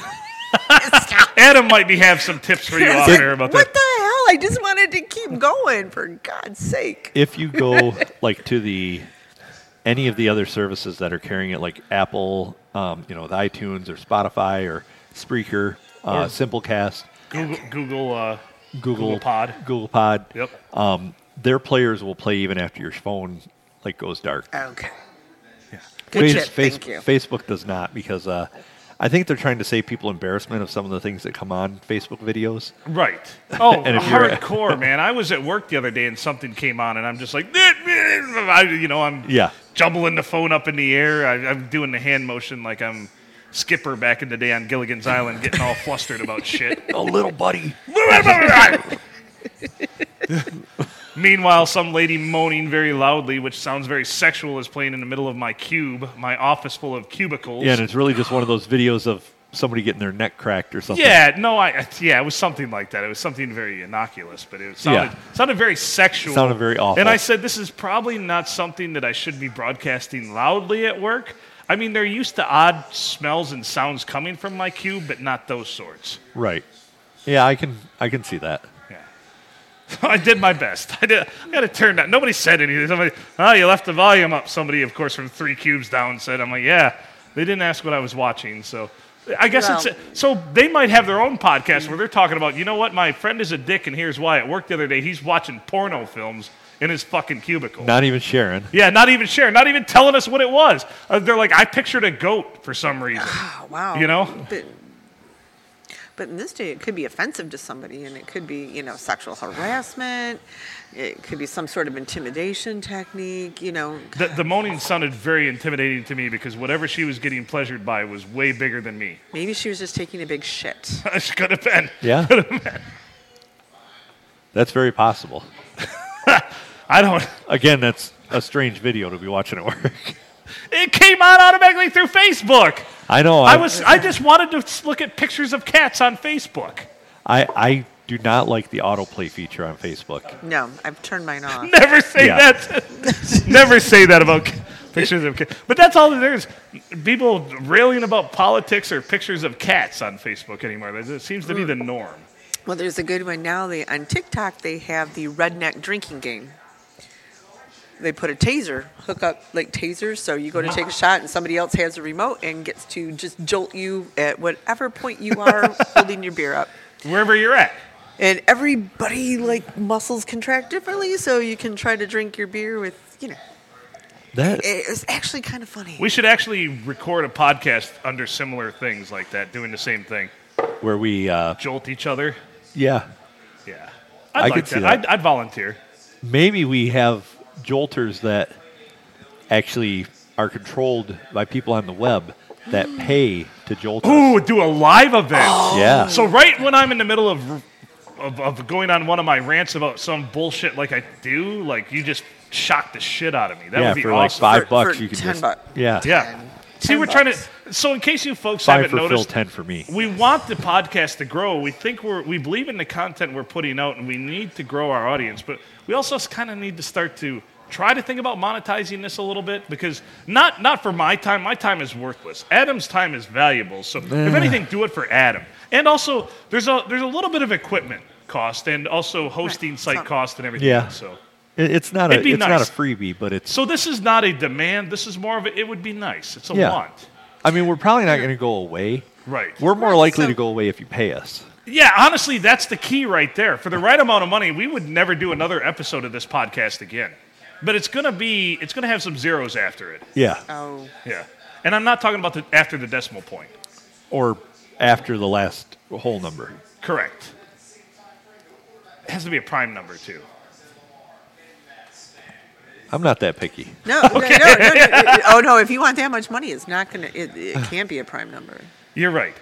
[SPEAKER 3] Stop.
[SPEAKER 1] Adam might be have some tips for you out
[SPEAKER 2] Did-
[SPEAKER 1] there about
[SPEAKER 3] What
[SPEAKER 1] that.
[SPEAKER 3] the hell? I just wanted to keep going for God's sake.
[SPEAKER 2] if you go like to the any of the other services that are carrying it, like Apple, um, you know, with iTunes or Spotify or Spreaker, uh,
[SPEAKER 1] Or-
[SPEAKER 2] Simplecast,
[SPEAKER 1] Google, Google, uh,
[SPEAKER 2] Google,
[SPEAKER 1] Google Pod.
[SPEAKER 2] Google Pod.
[SPEAKER 1] Yep.
[SPEAKER 2] Um, their players will play even after your phone like goes dark.
[SPEAKER 3] Okay. Good
[SPEAKER 2] Face-
[SPEAKER 3] tip.
[SPEAKER 2] face-
[SPEAKER 3] Thank you.
[SPEAKER 2] Facebook does not because uh, I think they're trying to save people embarrassment of some of the things that come on Facebook videos.
[SPEAKER 1] Right. Oh,
[SPEAKER 2] And if you're-
[SPEAKER 1] hardcore, man. I was at work the other day and something came on, and I'm just like, I, you know, I'm
[SPEAKER 2] Yeah.
[SPEAKER 1] jumbling the phone up in the air. I, I'm doing the hand motion like I'm Skipper back in the day on Gilligan's Island, getting all flustered about shit.
[SPEAKER 2] Oh, little buddy.
[SPEAKER 1] Meanwhile, some lady moaning very loudly, which sounds very sexual, is playing in the middle of my cube, my office full of cubicles.
[SPEAKER 2] Yeah, and it's really just one of those videos of somebody getting their neck cracked or something.
[SPEAKER 1] Yeah, no, I I- yeah, it was something like that. It was something very innocuous, but it sounded sounded very sexual.
[SPEAKER 2] Sounded very awful.
[SPEAKER 1] And I said, this is probably not something that I should be broadcasting loudly at work. I mean, they're used to odd smells and sounds coming from my cube, but not those sorts.
[SPEAKER 2] Right. Yeah, I can I can see that.
[SPEAKER 1] Yeah. So I did my best. I did. I got to turn that. Nobody said anything. Somebody, oh, you left the volume up. Somebody, of course, from three cubes down said, I'm like, yeah. They didn't ask what I was watching, so I guess
[SPEAKER 3] Well-
[SPEAKER 1] it's so they might have their own podcast where they're talking about, you know what, my friend is a dick, and here's why. At work the other day, he's watching porno films in his fucking cubicle.
[SPEAKER 2] Not even Sharon.
[SPEAKER 1] yeah, not even sharing, not even telling us what it was. Uh, they're like, I pictured a goat for some reason.
[SPEAKER 3] Oh, wow.
[SPEAKER 1] You know?
[SPEAKER 3] But, but in this day, it could be offensive to somebody, and it could be, you know, sexual harassment. It could be some sort of intimidation technique, you know.
[SPEAKER 1] The, the moaning sounded very intimidating to me because whatever she was getting pleasured by was way bigger than me.
[SPEAKER 3] Maybe she was just taking a big shit.
[SPEAKER 1] she could have been.
[SPEAKER 2] Yeah. that's very possible.
[SPEAKER 1] I don't.
[SPEAKER 2] Again, that's a strange video to be watching at work.
[SPEAKER 1] It came out automatically through Facebook.
[SPEAKER 2] I know.
[SPEAKER 1] I was. I just wanted to s- look at pictures of cats on Facebook.
[SPEAKER 2] I, I do not like the autoplay feature on Facebook.
[SPEAKER 3] No, I've turned mine off.
[SPEAKER 1] Never say
[SPEAKER 2] Yeah.
[SPEAKER 1] that. Never say that about ca- pictures of cats. But that's all there is. People railing about politics or pictures of cats on Facebook anymore. That- That seems to be the norm.
[SPEAKER 3] Well, there's a good one now. They on TikTok they have the redneck drinking game. They put a taser, hook up like tasers, so you go to take a shot and somebody else has a remote and gets to just jolt you at whatever point you are holding your beer up.
[SPEAKER 1] Wherever you're at.
[SPEAKER 3] And everybody like muscles contract differently, so you can try to drink your beer with you know.
[SPEAKER 2] That
[SPEAKER 3] It was actually kind of funny.
[SPEAKER 1] We should actually record a podcast under similar things like that, doing the same thing.
[SPEAKER 2] where we uh,
[SPEAKER 1] Jolt each other.
[SPEAKER 2] yeah
[SPEAKER 1] Yeah.
[SPEAKER 2] I
[SPEAKER 1] I'd like
[SPEAKER 2] could see that.
[SPEAKER 1] I'd, I'd volunteer.
[SPEAKER 2] maybe we have jolters that actually are controlled by people on the web that pay to jolt. us.
[SPEAKER 1] Mm. Ooh, do a live event.
[SPEAKER 2] Yeah.
[SPEAKER 1] So right when I'm in the middle of, of of going on one of my rants about some bullshit like I do, like you just shocked the shit out of me. That
[SPEAKER 2] yeah,
[SPEAKER 1] would be
[SPEAKER 2] for like
[SPEAKER 1] awesome.
[SPEAKER 2] five
[SPEAKER 3] For-
[SPEAKER 2] bucks,
[SPEAKER 3] for
[SPEAKER 2] you can
[SPEAKER 3] 10
[SPEAKER 2] just
[SPEAKER 3] buck.
[SPEAKER 2] yeah
[SPEAKER 1] yeah. See,
[SPEAKER 3] Ten
[SPEAKER 1] we're trying to. So in case you folks
[SPEAKER 2] five
[SPEAKER 1] haven't
[SPEAKER 2] for Phil,
[SPEAKER 1] noticed,
[SPEAKER 2] ten for me.
[SPEAKER 1] we want the podcast to grow. We think we're we believe in the content we're putting out, and we need to grow our audience. But we also kind of need to start to try to think about monetizing this a little bit because not not for my time. My time is worthless. Adam's time is valuable. So if anything, do it for Adam. And also, there's a there's a little bit of equipment cost and also hosting
[SPEAKER 3] Right.
[SPEAKER 1] site
[SPEAKER 3] Some-
[SPEAKER 1] cost and everything.
[SPEAKER 2] Yeah.
[SPEAKER 1] else, So.
[SPEAKER 2] It- It's not a
[SPEAKER 1] It'd be
[SPEAKER 2] it's not a
[SPEAKER 1] nice.
[SPEAKER 2] freebie, but it's
[SPEAKER 1] So this is not a demand. This is more of a, it would be nice. It's a
[SPEAKER 2] Yeah.
[SPEAKER 1] want.
[SPEAKER 2] I mean, we're probably not going to go away.
[SPEAKER 1] Right.
[SPEAKER 2] We're more
[SPEAKER 3] Right,
[SPEAKER 2] likely
[SPEAKER 3] so-
[SPEAKER 2] to go away if you pay us.
[SPEAKER 1] Yeah, honestly, that's the key right there. For the right amount of money, we would never do another episode of this podcast again. But it's gonna be, it's gonna have some zeros after it.
[SPEAKER 2] Yeah.
[SPEAKER 3] Oh,
[SPEAKER 1] Yeah, and I'm not talking about the after the decimal point.
[SPEAKER 2] Or after the last whole number.
[SPEAKER 1] Correct. It has to be a prime number too.
[SPEAKER 2] I'm not that picky.
[SPEAKER 3] no, no, no, no, no, no. Oh no! If you want that much money, it's not gonna. It, it can't be a prime number.
[SPEAKER 1] You're right.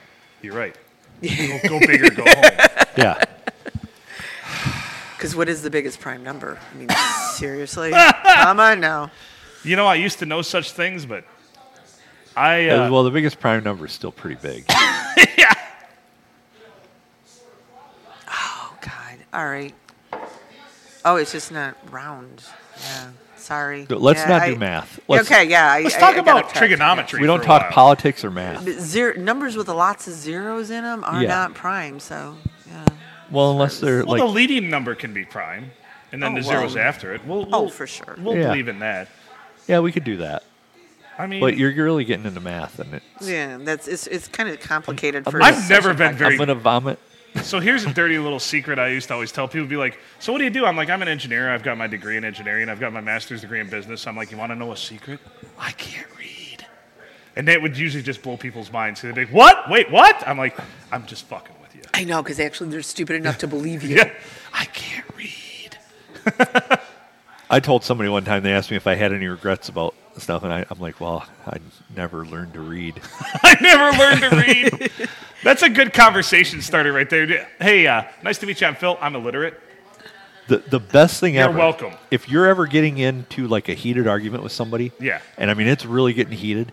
[SPEAKER 1] You're right. Go, go big or go home.
[SPEAKER 2] Yeah.
[SPEAKER 3] Because what is the biggest prime number? I mean, seriously? Come on now.
[SPEAKER 1] You know, I used to know such things, but I uh,
[SPEAKER 2] Well, the biggest prime number is still pretty big.
[SPEAKER 3] Oh, God. All right. Oh, it's just not round. Yeah. Sorry.
[SPEAKER 2] Let's
[SPEAKER 3] Yeah,
[SPEAKER 2] not
[SPEAKER 3] I-
[SPEAKER 2] do math. Let's-
[SPEAKER 3] okay, yeah. I-
[SPEAKER 1] Let's
[SPEAKER 3] I-
[SPEAKER 1] talk
[SPEAKER 3] I got
[SPEAKER 1] about
[SPEAKER 3] off track.
[SPEAKER 1] trigonometry.
[SPEAKER 2] We don't
[SPEAKER 1] for a
[SPEAKER 2] talk
[SPEAKER 1] while.
[SPEAKER 2] politics or math.
[SPEAKER 3] But Zero, numbers with lots of zeros in them are
[SPEAKER 2] Yeah.
[SPEAKER 3] not prime, so yeah.
[SPEAKER 2] Well, unless they're
[SPEAKER 1] Well,
[SPEAKER 2] like
[SPEAKER 1] the leading number can be prime, and then
[SPEAKER 3] Oh,
[SPEAKER 1] the zeros
[SPEAKER 3] well.
[SPEAKER 1] after it. We'll,
[SPEAKER 3] Oh,
[SPEAKER 1] we'll-
[SPEAKER 3] for sure.
[SPEAKER 1] We'll
[SPEAKER 2] Yeah.
[SPEAKER 1] believe in that.
[SPEAKER 2] Yeah, we could do that.
[SPEAKER 1] I mean,
[SPEAKER 2] But you're really getting into math, and it.
[SPEAKER 3] Yeah, that's it's, it's kind of complicated
[SPEAKER 2] I'm
[SPEAKER 3] for.
[SPEAKER 2] gonna-
[SPEAKER 3] a
[SPEAKER 1] I've never
[SPEAKER 3] social
[SPEAKER 1] been
[SPEAKER 3] podcast.
[SPEAKER 1] very
[SPEAKER 2] I'm gonna vomit.
[SPEAKER 1] So here's a dirty little secret I used to always tell people. Be like, so what do you do? I'm like, I'm an engineer. I've got my degree in engineering. I've got my master's degree in business. I'm like, you want to know a secret? I can't read. And that would usually just blow people's minds. So they'd be like, what? Wait, what? I'm like, I'm just fucking with you.
[SPEAKER 3] I know, because actually they're stupid enough to believe you.
[SPEAKER 1] Yeah, I can't read.
[SPEAKER 2] I told somebody one time they asked me if I had any regrets about stuff, and I, I'm like, well, I never learned to read.
[SPEAKER 1] I never learned to read. That's a good conversation starter right there. Hey, uh, nice to meet you. I'm Phil. I'm illiterate.
[SPEAKER 2] The the best thing
[SPEAKER 1] You're
[SPEAKER 2] ever.
[SPEAKER 1] welcome.
[SPEAKER 2] If you're ever getting into like a heated argument with somebody,
[SPEAKER 1] Yeah.
[SPEAKER 2] and I mean it's really getting heated.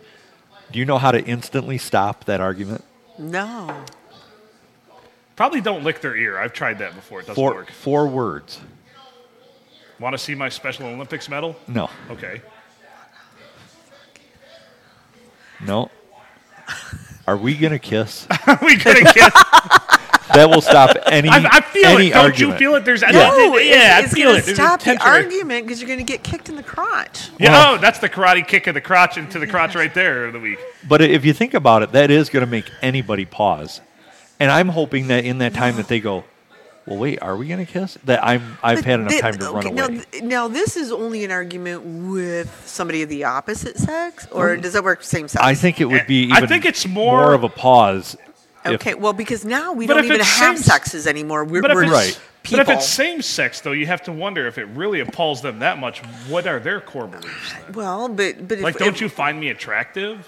[SPEAKER 2] Do you know how to instantly stop that argument?
[SPEAKER 3] No.
[SPEAKER 1] Probably don't lick their ear. I've tried that before. It doesn't
[SPEAKER 2] Four
[SPEAKER 1] work.
[SPEAKER 2] four words.
[SPEAKER 1] Want to see my Special Olympics medal?
[SPEAKER 2] No,
[SPEAKER 1] Okay.
[SPEAKER 2] no. Are we gonna kiss?
[SPEAKER 1] we gonna kiss.
[SPEAKER 2] that will stop any.
[SPEAKER 1] I, I feel
[SPEAKER 2] any
[SPEAKER 1] it. Don't
[SPEAKER 2] argument.
[SPEAKER 1] you feel it? There's yeah, Oh,
[SPEAKER 3] No,
[SPEAKER 1] yeah
[SPEAKER 3] Oh, it's,
[SPEAKER 1] I feel
[SPEAKER 3] going
[SPEAKER 1] it.
[SPEAKER 3] to
[SPEAKER 1] There's
[SPEAKER 3] stop the
[SPEAKER 1] tension there.
[SPEAKER 3] argument because you're going to get kicked in the crotch.
[SPEAKER 1] Yeah,
[SPEAKER 2] Well-
[SPEAKER 1] oh, that's the karate kick of the crotch into the crotch right there of the week.
[SPEAKER 2] But if you think about it, that is going to make anybody pause. And I'm hoping that in that time that they go, well, wait, are we going to kiss? That I'm I've had enough
[SPEAKER 3] Th-
[SPEAKER 2] time to run
[SPEAKER 3] okay, now,
[SPEAKER 2] away.
[SPEAKER 3] th- Now, this is only an argument with somebody of the opposite sex, or does that work same sex?
[SPEAKER 2] I think it would be. Even
[SPEAKER 1] I think it's more-
[SPEAKER 2] of a pause. if-
[SPEAKER 3] Okay, well, because now we
[SPEAKER 1] But
[SPEAKER 3] don't
[SPEAKER 1] if
[SPEAKER 3] even
[SPEAKER 1] it's
[SPEAKER 3] have
[SPEAKER 1] same-
[SPEAKER 3] sexes anymore. We're,
[SPEAKER 1] But if
[SPEAKER 3] we're
[SPEAKER 1] it's,
[SPEAKER 2] Right.
[SPEAKER 3] people.
[SPEAKER 1] but if it's same sex though, you have to wonder if it really appalls them that much. What are their core beliefs?
[SPEAKER 3] well, but but if,
[SPEAKER 1] Like, don't
[SPEAKER 3] if-
[SPEAKER 1] you find me attractive?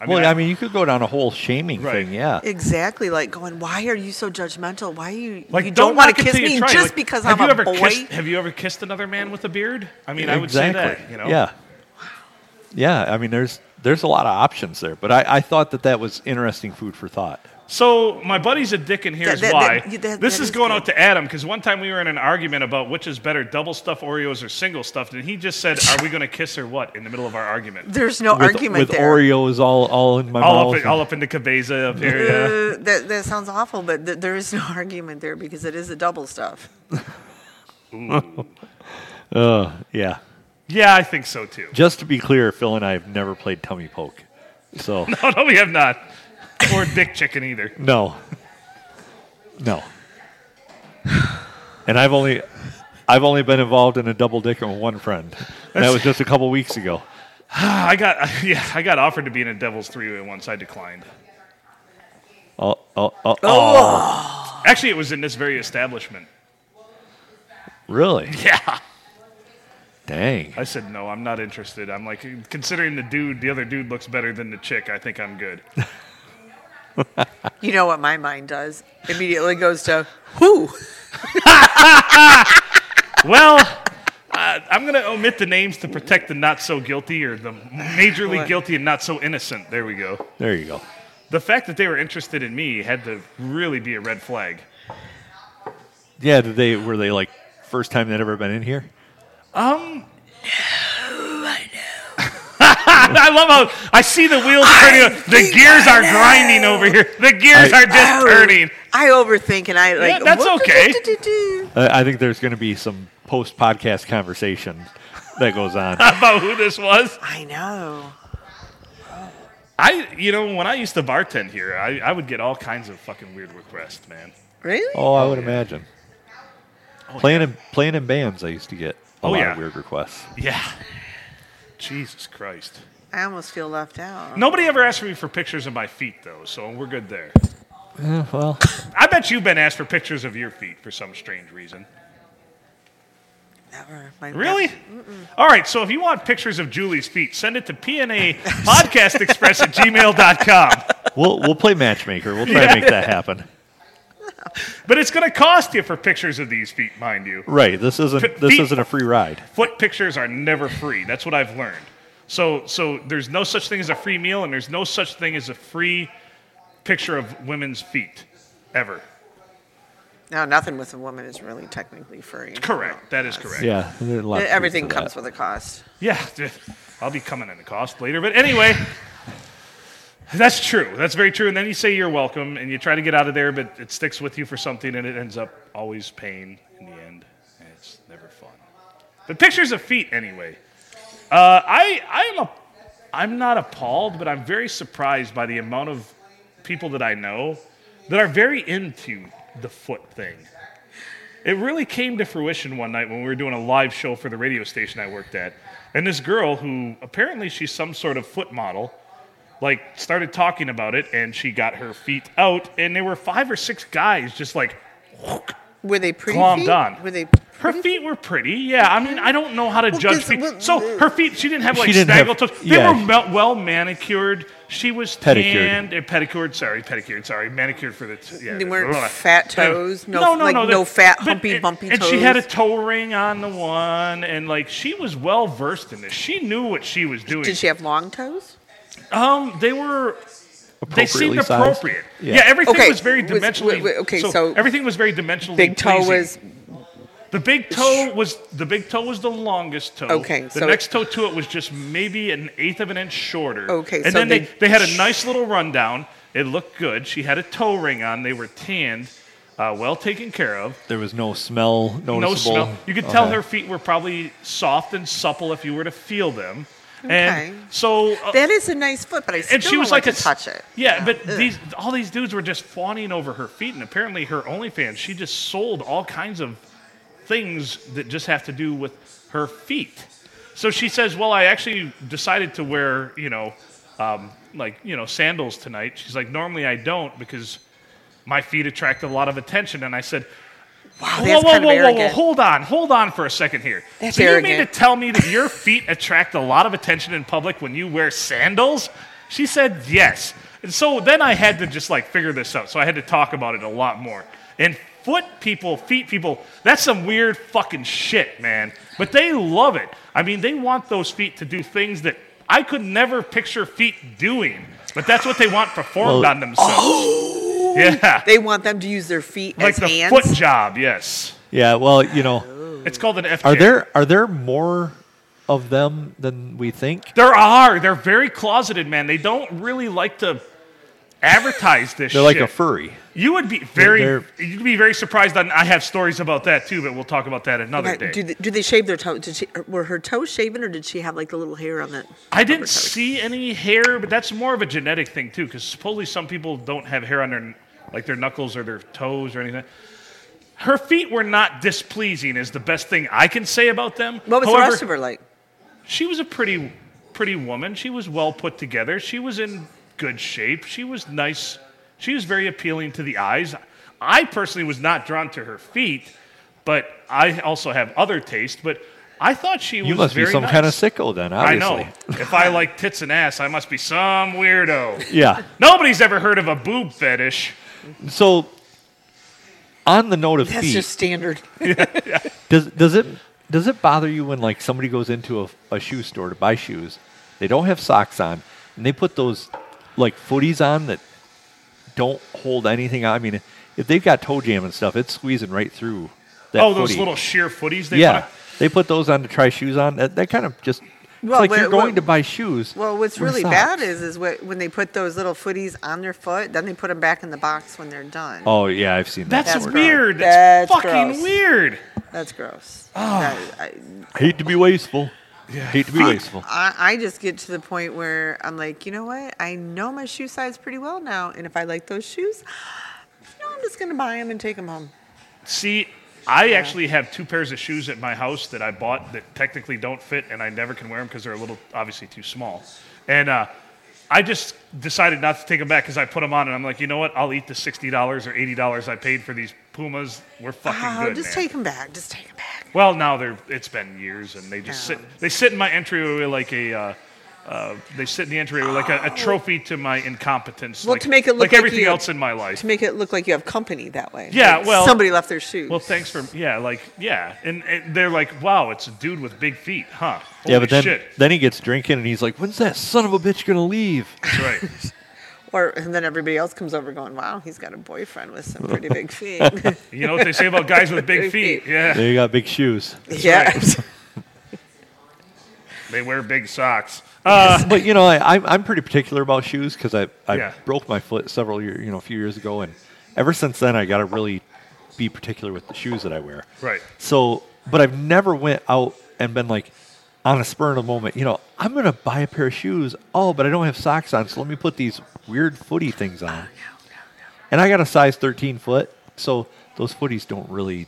[SPEAKER 1] I
[SPEAKER 2] well, I mean, you could go down a whole shaming
[SPEAKER 1] Right.
[SPEAKER 2] thing. Yeah.
[SPEAKER 3] exactly like going? Why are you so judgmental? Why you
[SPEAKER 1] like,
[SPEAKER 3] you don't, want
[SPEAKER 1] knock
[SPEAKER 3] to
[SPEAKER 1] it
[SPEAKER 3] kiss
[SPEAKER 1] till you
[SPEAKER 3] me
[SPEAKER 1] try it.
[SPEAKER 3] just
[SPEAKER 1] Like,
[SPEAKER 3] because
[SPEAKER 1] have
[SPEAKER 3] I'm
[SPEAKER 1] you
[SPEAKER 3] a
[SPEAKER 1] ever
[SPEAKER 3] boy?
[SPEAKER 1] Kissed, have you ever kissed another man with a beard? I mean, I would say
[SPEAKER 2] exactly.
[SPEAKER 1] that. You know,
[SPEAKER 2] Yeah. Yeah. I mean, there's there's a lot of options there, but I, I thought that that was interesting food for thought.
[SPEAKER 1] So my buddy's a dick, and here's
[SPEAKER 3] That- that-
[SPEAKER 1] why.
[SPEAKER 3] that- that-
[SPEAKER 1] this
[SPEAKER 3] that
[SPEAKER 1] is
[SPEAKER 3] is
[SPEAKER 1] going
[SPEAKER 3] good.
[SPEAKER 1] out to Adam because one time we were in an argument about which is better, double stuffed Oreos or single stuffed, and he just said, "Are we going to kiss or what?" In the middle of our argument,
[SPEAKER 3] There's no
[SPEAKER 2] With,
[SPEAKER 3] argument
[SPEAKER 2] with
[SPEAKER 3] there.
[SPEAKER 2] Oreos all all in my
[SPEAKER 1] all
[SPEAKER 2] mouth.
[SPEAKER 1] up, in, all up into cabeza up here. yeah.
[SPEAKER 3] Uh, that that sounds awful, but th- there is no argument there because it is a double stuff.
[SPEAKER 2] Ugh, yeah.
[SPEAKER 1] Yeah, I think so too.
[SPEAKER 2] Just to be clear, Phil and I have never played tummy poke. So
[SPEAKER 1] Oh no, we have not. Or dick chicken either.
[SPEAKER 2] no. No. And I've only I've only been involved in a double dicker with one friend. And that was just a couple weeks ago.
[SPEAKER 1] Ah, I got yeah, I got offered to be in a Devil's Three Way once. I declined.
[SPEAKER 2] Oh, oh, oh, oh.
[SPEAKER 1] Actually, it was in this very establishment.
[SPEAKER 2] Really?
[SPEAKER 1] Yeah.
[SPEAKER 2] Dang.
[SPEAKER 1] I said no, I'm not interested. I'm like considering the dude, the other dude looks better than the chick. I think I'm good.
[SPEAKER 3] You know what my mind does? Immediately goes to who?
[SPEAKER 1] Well, uh, I'm going to omit the names to protect the not so guilty or the majorly
[SPEAKER 3] What?
[SPEAKER 1] guilty and not so innocent. There we go.
[SPEAKER 2] There you go.
[SPEAKER 1] The fact that they were interested in me had to really be a red flag.
[SPEAKER 2] Yeah, did they were they like first time they'd ever been in here?
[SPEAKER 1] I love how I see the wheels turning. The
[SPEAKER 3] think
[SPEAKER 1] gears
[SPEAKER 3] I
[SPEAKER 1] are
[SPEAKER 3] know.
[SPEAKER 1] grinding over here. The gears
[SPEAKER 2] I-
[SPEAKER 1] are just
[SPEAKER 3] Oh,
[SPEAKER 1] turning.
[SPEAKER 3] I overthink and I like.
[SPEAKER 1] Yeah, that's
[SPEAKER 3] whoop,
[SPEAKER 1] okay.
[SPEAKER 3] do, do, do,
[SPEAKER 2] I I think there's going to be some post podcast conversation that goes on.
[SPEAKER 1] About who this was.
[SPEAKER 3] I know.
[SPEAKER 1] I, you know, when I used to bartend here, I, I would get all kinds of fucking weird requests, man.
[SPEAKER 3] Really?
[SPEAKER 2] Oh, I would imagine. playing in playing in bands, I used to get a
[SPEAKER 1] Oh,
[SPEAKER 2] lot
[SPEAKER 1] yeah.
[SPEAKER 2] of weird requests.
[SPEAKER 1] Yeah. Jesus Christ.
[SPEAKER 3] I almost feel left out.
[SPEAKER 1] Nobody ever asked me for pictures of my feet, though, so we're good there.
[SPEAKER 2] Eh, well,
[SPEAKER 1] I bet you've been asked for pictures of your feet for some strange reason.
[SPEAKER 3] Never. My-
[SPEAKER 1] Really? All right, so if you want pictures of Julie's feet, send it to PNA Podcast Express at gmail.com.
[SPEAKER 2] we'll we'll play matchmaker. We'll try to make that happen.
[SPEAKER 1] But it's going to cost you for pictures of these feet, mind you.
[SPEAKER 2] Right. This isn't this
[SPEAKER 1] Feet-
[SPEAKER 2] isn't a free ride.
[SPEAKER 1] Foot pictures are never free. That's what I've learned. So, so there's no such thing as a free meal, and there's no such thing as a free picture of women's feet ever.
[SPEAKER 3] Now, nothing with a woman is really technically free.
[SPEAKER 1] Correct. That is correct.
[SPEAKER 2] Yeah, there are a lot of truth
[SPEAKER 3] Everything
[SPEAKER 2] to
[SPEAKER 3] comes
[SPEAKER 2] that.
[SPEAKER 3] with a cost.
[SPEAKER 1] Yeah, I'll be coming in the cost later. But anyway, that's true. That's very true. And then you say you're welcome, and you try to get out of there, but it sticks with you for something, and it ends up always pain in the end. And it's never fun. But pictures of feet, anyway. Uh, I I am a, I'm not appalled, but I'm very surprised by the amount of people that I know that are very into the foot thing. It really came to fruition one night when we were doing a live show for the radio station I worked at. And this girl, who apparently she's some sort of foot model, like started talking about it and she got her feet out. And there were five or six guys just like,
[SPEAKER 3] Were they pretty?
[SPEAKER 1] Glommed
[SPEAKER 3] feet?
[SPEAKER 1] on.
[SPEAKER 3] Were they?
[SPEAKER 1] her feet were pretty. Yeah, I mean, I don't know how to
[SPEAKER 3] Well,
[SPEAKER 1] judge
[SPEAKER 3] 'cause-
[SPEAKER 1] feet.
[SPEAKER 3] well,
[SPEAKER 1] so her feet, she didn't have like
[SPEAKER 2] She didn't
[SPEAKER 1] snaggle
[SPEAKER 2] have-
[SPEAKER 1] toes. They
[SPEAKER 2] yeah.
[SPEAKER 1] were mel- well manicured. She was
[SPEAKER 2] Pedicured.
[SPEAKER 1] tanned. eh, pedicured, sorry, pedicured, sorry, manicured for the. T- yeah,
[SPEAKER 3] They
[SPEAKER 1] the-
[SPEAKER 3] weren't
[SPEAKER 1] blah, blah.
[SPEAKER 3] fat
[SPEAKER 1] They-
[SPEAKER 3] toes, no- like, no fat,
[SPEAKER 1] but-
[SPEAKER 3] humpy,
[SPEAKER 1] and-
[SPEAKER 3] bumpy
[SPEAKER 1] And she had a
[SPEAKER 3] toes.
[SPEAKER 1] toe ring on the one, and like she was well versed in this. She knew what she was doing.
[SPEAKER 3] Did she have long toes?
[SPEAKER 1] um, they were they seemed
[SPEAKER 2] Appropriately sized.
[SPEAKER 1] appropriate. Yeah,
[SPEAKER 2] Yeah.
[SPEAKER 1] everything
[SPEAKER 3] Okay,
[SPEAKER 1] was very
[SPEAKER 3] was-
[SPEAKER 1] dimensionally.
[SPEAKER 3] wa- wa- okay, so
[SPEAKER 1] everything was very dimensionally.
[SPEAKER 3] Big toe
[SPEAKER 1] pleasing.
[SPEAKER 3] was
[SPEAKER 1] The big toe was the big toe was the longest toe.
[SPEAKER 3] Okay,
[SPEAKER 1] The
[SPEAKER 3] so-
[SPEAKER 1] next toe to it was just maybe an eighth of an inch shorter.
[SPEAKER 3] Okay,
[SPEAKER 1] And
[SPEAKER 3] so
[SPEAKER 1] then they,
[SPEAKER 3] they-
[SPEAKER 1] they had a nice little rundown. It looked good. She had a toe ring on. They were tanned, uh, well taken care of.
[SPEAKER 2] There was no smell noticeable.
[SPEAKER 1] No smell. You could tell
[SPEAKER 2] Okay.
[SPEAKER 1] her feet were probably soft and supple if you were to feel them.
[SPEAKER 3] Okay.
[SPEAKER 1] And so uh,
[SPEAKER 3] that is a nice foot, but I still
[SPEAKER 1] and she was
[SPEAKER 3] don't like,
[SPEAKER 1] like,
[SPEAKER 3] to
[SPEAKER 1] a s-
[SPEAKER 3] touch it.
[SPEAKER 1] Yeah, but
[SPEAKER 3] Ugh.
[SPEAKER 1] these all these dudes were just fawning over her feet, and apparently her OnlyFans, she just sold all kinds of things that just have to do with her feet. So she says, "Well, I actually decided to wear, you know, um, like you know, sandals tonight." She's like, "Normally I don't because my feet attract a lot of attention," and I said. Wow,
[SPEAKER 3] that's
[SPEAKER 1] whoa,
[SPEAKER 3] kind of
[SPEAKER 1] whoa, whoa, whoa!
[SPEAKER 3] arrogant.
[SPEAKER 1] Hold on, hold on for a second here.
[SPEAKER 3] That's
[SPEAKER 1] so you mean to
[SPEAKER 3] arrogant.
[SPEAKER 1] tell me that your feet attract a lot of attention in public when you wear sandals? She said yes. And so then I had to just like figure this out. So I had to talk about it a lot more. And foot people, feet people, that's some weird fucking shit, man. But they love it. I mean, they want those feet to do things that I could never picture feet doing. But that's what they want performed
[SPEAKER 2] Well-
[SPEAKER 1] on themselves. yeah.
[SPEAKER 3] They want them to use their feet
[SPEAKER 1] Like
[SPEAKER 3] as
[SPEAKER 1] the
[SPEAKER 3] hands.
[SPEAKER 1] foot job, yes.
[SPEAKER 2] Yeah, well, you know,
[SPEAKER 1] It's called an FJ.
[SPEAKER 2] are there are there more of them than we think?
[SPEAKER 1] There are. They're very closeted, man. They don't really like to advertise this
[SPEAKER 2] They're
[SPEAKER 1] shit.
[SPEAKER 2] like a furry.
[SPEAKER 1] you would be very
[SPEAKER 2] They're-
[SPEAKER 1] you'd be very surprised on I have stories about that too, but we'll talk about that another
[SPEAKER 3] Okay,
[SPEAKER 1] day.
[SPEAKER 3] do, they, do they shave their toes? Did she, were her toes shaven, or did she have like the little hair on the?
[SPEAKER 1] I didn't
[SPEAKER 3] upper toes?
[SPEAKER 1] see any hair, but that's more of a genetic thing too, because supposedly some people don't have hair on their like their knuckles or their toes or anything. Her feet were not displeasing, is the best thing I can say about them.
[SPEAKER 3] What was the
[SPEAKER 1] However,
[SPEAKER 3] rest of her like?
[SPEAKER 1] she was a pretty pretty woman. She was well put together. She was in good shape. She was nice. She was very appealing to the eyes. I personally was not drawn to her feet, but I also have other taste. But I thought she was
[SPEAKER 2] You must be
[SPEAKER 1] very
[SPEAKER 2] some
[SPEAKER 1] nice.
[SPEAKER 2] kind of sicko then,
[SPEAKER 1] I
[SPEAKER 2] obviously.
[SPEAKER 1] know. if I like tits and ass, I must be some weirdo.
[SPEAKER 2] Yeah.
[SPEAKER 1] Nobody's ever heard of a boob fetish.
[SPEAKER 2] So on the note of
[SPEAKER 3] That's
[SPEAKER 2] feet,
[SPEAKER 3] just standard.
[SPEAKER 2] does does it does it bother you when like somebody goes into a, a shoe store to buy shoes, they don't have socks on, and they put those like footies on that don't hold anything on? I mean, if they've got toe jam and stuff, it's squeezing right through that
[SPEAKER 1] oh, those
[SPEAKER 2] footie.
[SPEAKER 1] little sheer footies. They
[SPEAKER 2] yeah,
[SPEAKER 1] put-
[SPEAKER 2] they put those on to try shoes on. That, that kind of just it's
[SPEAKER 3] Well,
[SPEAKER 2] like
[SPEAKER 3] what-
[SPEAKER 2] you're going
[SPEAKER 3] what-
[SPEAKER 2] to buy shoes.
[SPEAKER 3] Well, what's
[SPEAKER 2] wear
[SPEAKER 3] really
[SPEAKER 2] socks.
[SPEAKER 3] bad is is what, when they put those little footies on their foot, then they put them back in the box when they're done.
[SPEAKER 2] Oh yeah, I've seen that.
[SPEAKER 1] That's,
[SPEAKER 3] That's
[SPEAKER 2] before.
[SPEAKER 1] weird.
[SPEAKER 3] gross.
[SPEAKER 1] That's,
[SPEAKER 3] That's
[SPEAKER 1] fucking
[SPEAKER 3] gross.
[SPEAKER 1] weird.
[SPEAKER 3] That's gross. That- I,
[SPEAKER 2] Hate to be wasteful. Hate to be wasteful.
[SPEAKER 3] I, I just get to the point where I'm like, you know what? I know my shoe size pretty well now, and if I like those shoes, you know, I'm just gonna buy them and take them home.
[SPEAKER 1] See, I actually have two pairs of shoes at my house that I bought that technically don't fit, and I never can wear them because they're a little, obviously, too small. And uh, I just decided not to take them back because I put them on, and I'm like, you know what? I'll eat the sixty dollars or eighty dollars I paid for these Pumas. We're fucking
[SPEAKER 3] Oh,
[SPEAKER 1] good,
[SPEAKER 3] just
[SPEAKER 1] man.
[SPEAKER 3] take them back. Just take them back.
[SPEAKER 1] well, now they're. It's been years, and they just
[SPEAKER 3] Yeah.
[SPEAKER 1] sit. They sit in my entryway like a. Uh, uh, they sit in the entryway like a, a trophy to my incompetence.
[SPEAKER 3] Well,
[SPEAKER 1] like,
[SPEAKER 3] to make it look
[SPEAKER 1] like
[SPEAKER 3] like
[SPEAKER 1] everything
[SPEAKER 3] you-
[SPEAKER 1] else in my life.
[SPEAKER 3] to make it look like you have company that way.
[SPEAKER 1] Yeah,
[SPEAKER 3] Like,
[SPEAKER 1] well-
[SPEAKER 3] somebody left their shoes.
[SPEAKER 1] Well, thanks for yeah, like yeah, and, and they're like, wow, it's a dude with big feet, huh? Holy
[SPEAKER 2] yeah, but then
[SPEAKER 1] shit.
[SPEAKER 2] then he gets drinking and he's like, "When's that son of a bitch gonna leave?"
[SPEAKER 1] That's right.
[SPEAKER 3] Or and then everybody else comes over going, "Wow, he's got a boyfriend with some pretty big feet."
[SPEAKER 1] You know what they say about guys with big
[SPEAKER 3] Big
[SPEAKER 1] feet?
[SPEAKER 3] feet.
[SPEAKER 1] Yeah,
[SPEAKER 2] There you got big shoes.
[SPEAKER 3] yeah.
[SPEAKER 1] they wear big socks.
[SPEAKER 2] but you know, I, I'm I'm pretty particular about shoes because I I
[SPEAKER 1] Yeah.
[SPEAKER 2] broke my foot several year you know a few years ago, and ever since then I got to really be particular with the shoes that I wear.
[SPEAKER 1] Right.
[SPEAKER 2] So, but I've never went out and been like on a spur of the moment. You know, I'm gonna buy a pair of shoes. Oh, but I don't have socks on, so let me put these weird footy things on. And I got a size 13 foot, so those footies don't really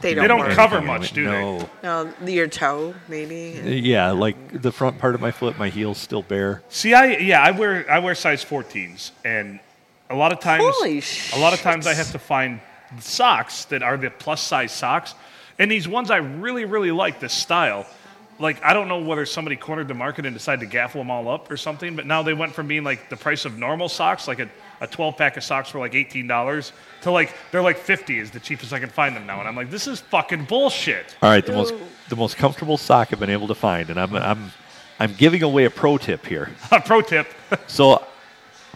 [SPEAKER 3] They don't.
[SPEAKER 1] They don't
[SPEAKER 3] work.
[SPEAKER 1] cover much, do they?
[SPEAKER 2] no.
[SPEAKER 3] No, your toe maybe.
[SPEAKER 2] Yeah, like the front part of my foot, my heel's still bare.
[SPEAKER 1] See, I yeah, I wear I wear size 14s, and a lot of times,
[SPEAKER 3] Holy
[SPEAKER 1] a lot of
[SPEAKER 3] shit.
[SPEAKER 1] times I have to find socks that are the plus size socks, and these ones I really really like this style. Like I don't know whether somebody cornered the market and decided to gaffle them all up or something, but now they went from being like the price of normal socks, like a, a 12 pack of socks for like $18, to like they're like 50 is the cheapest I can find them now, and I'm like, this is fucking bullshit.
[SPEAKER 2] All right, the most the most comfortable sock I've been able to find, and I'm I'm I'm giving away a pro tip here.
[SPEAKER 1] Pro tip.
[SPEAKER 2] So,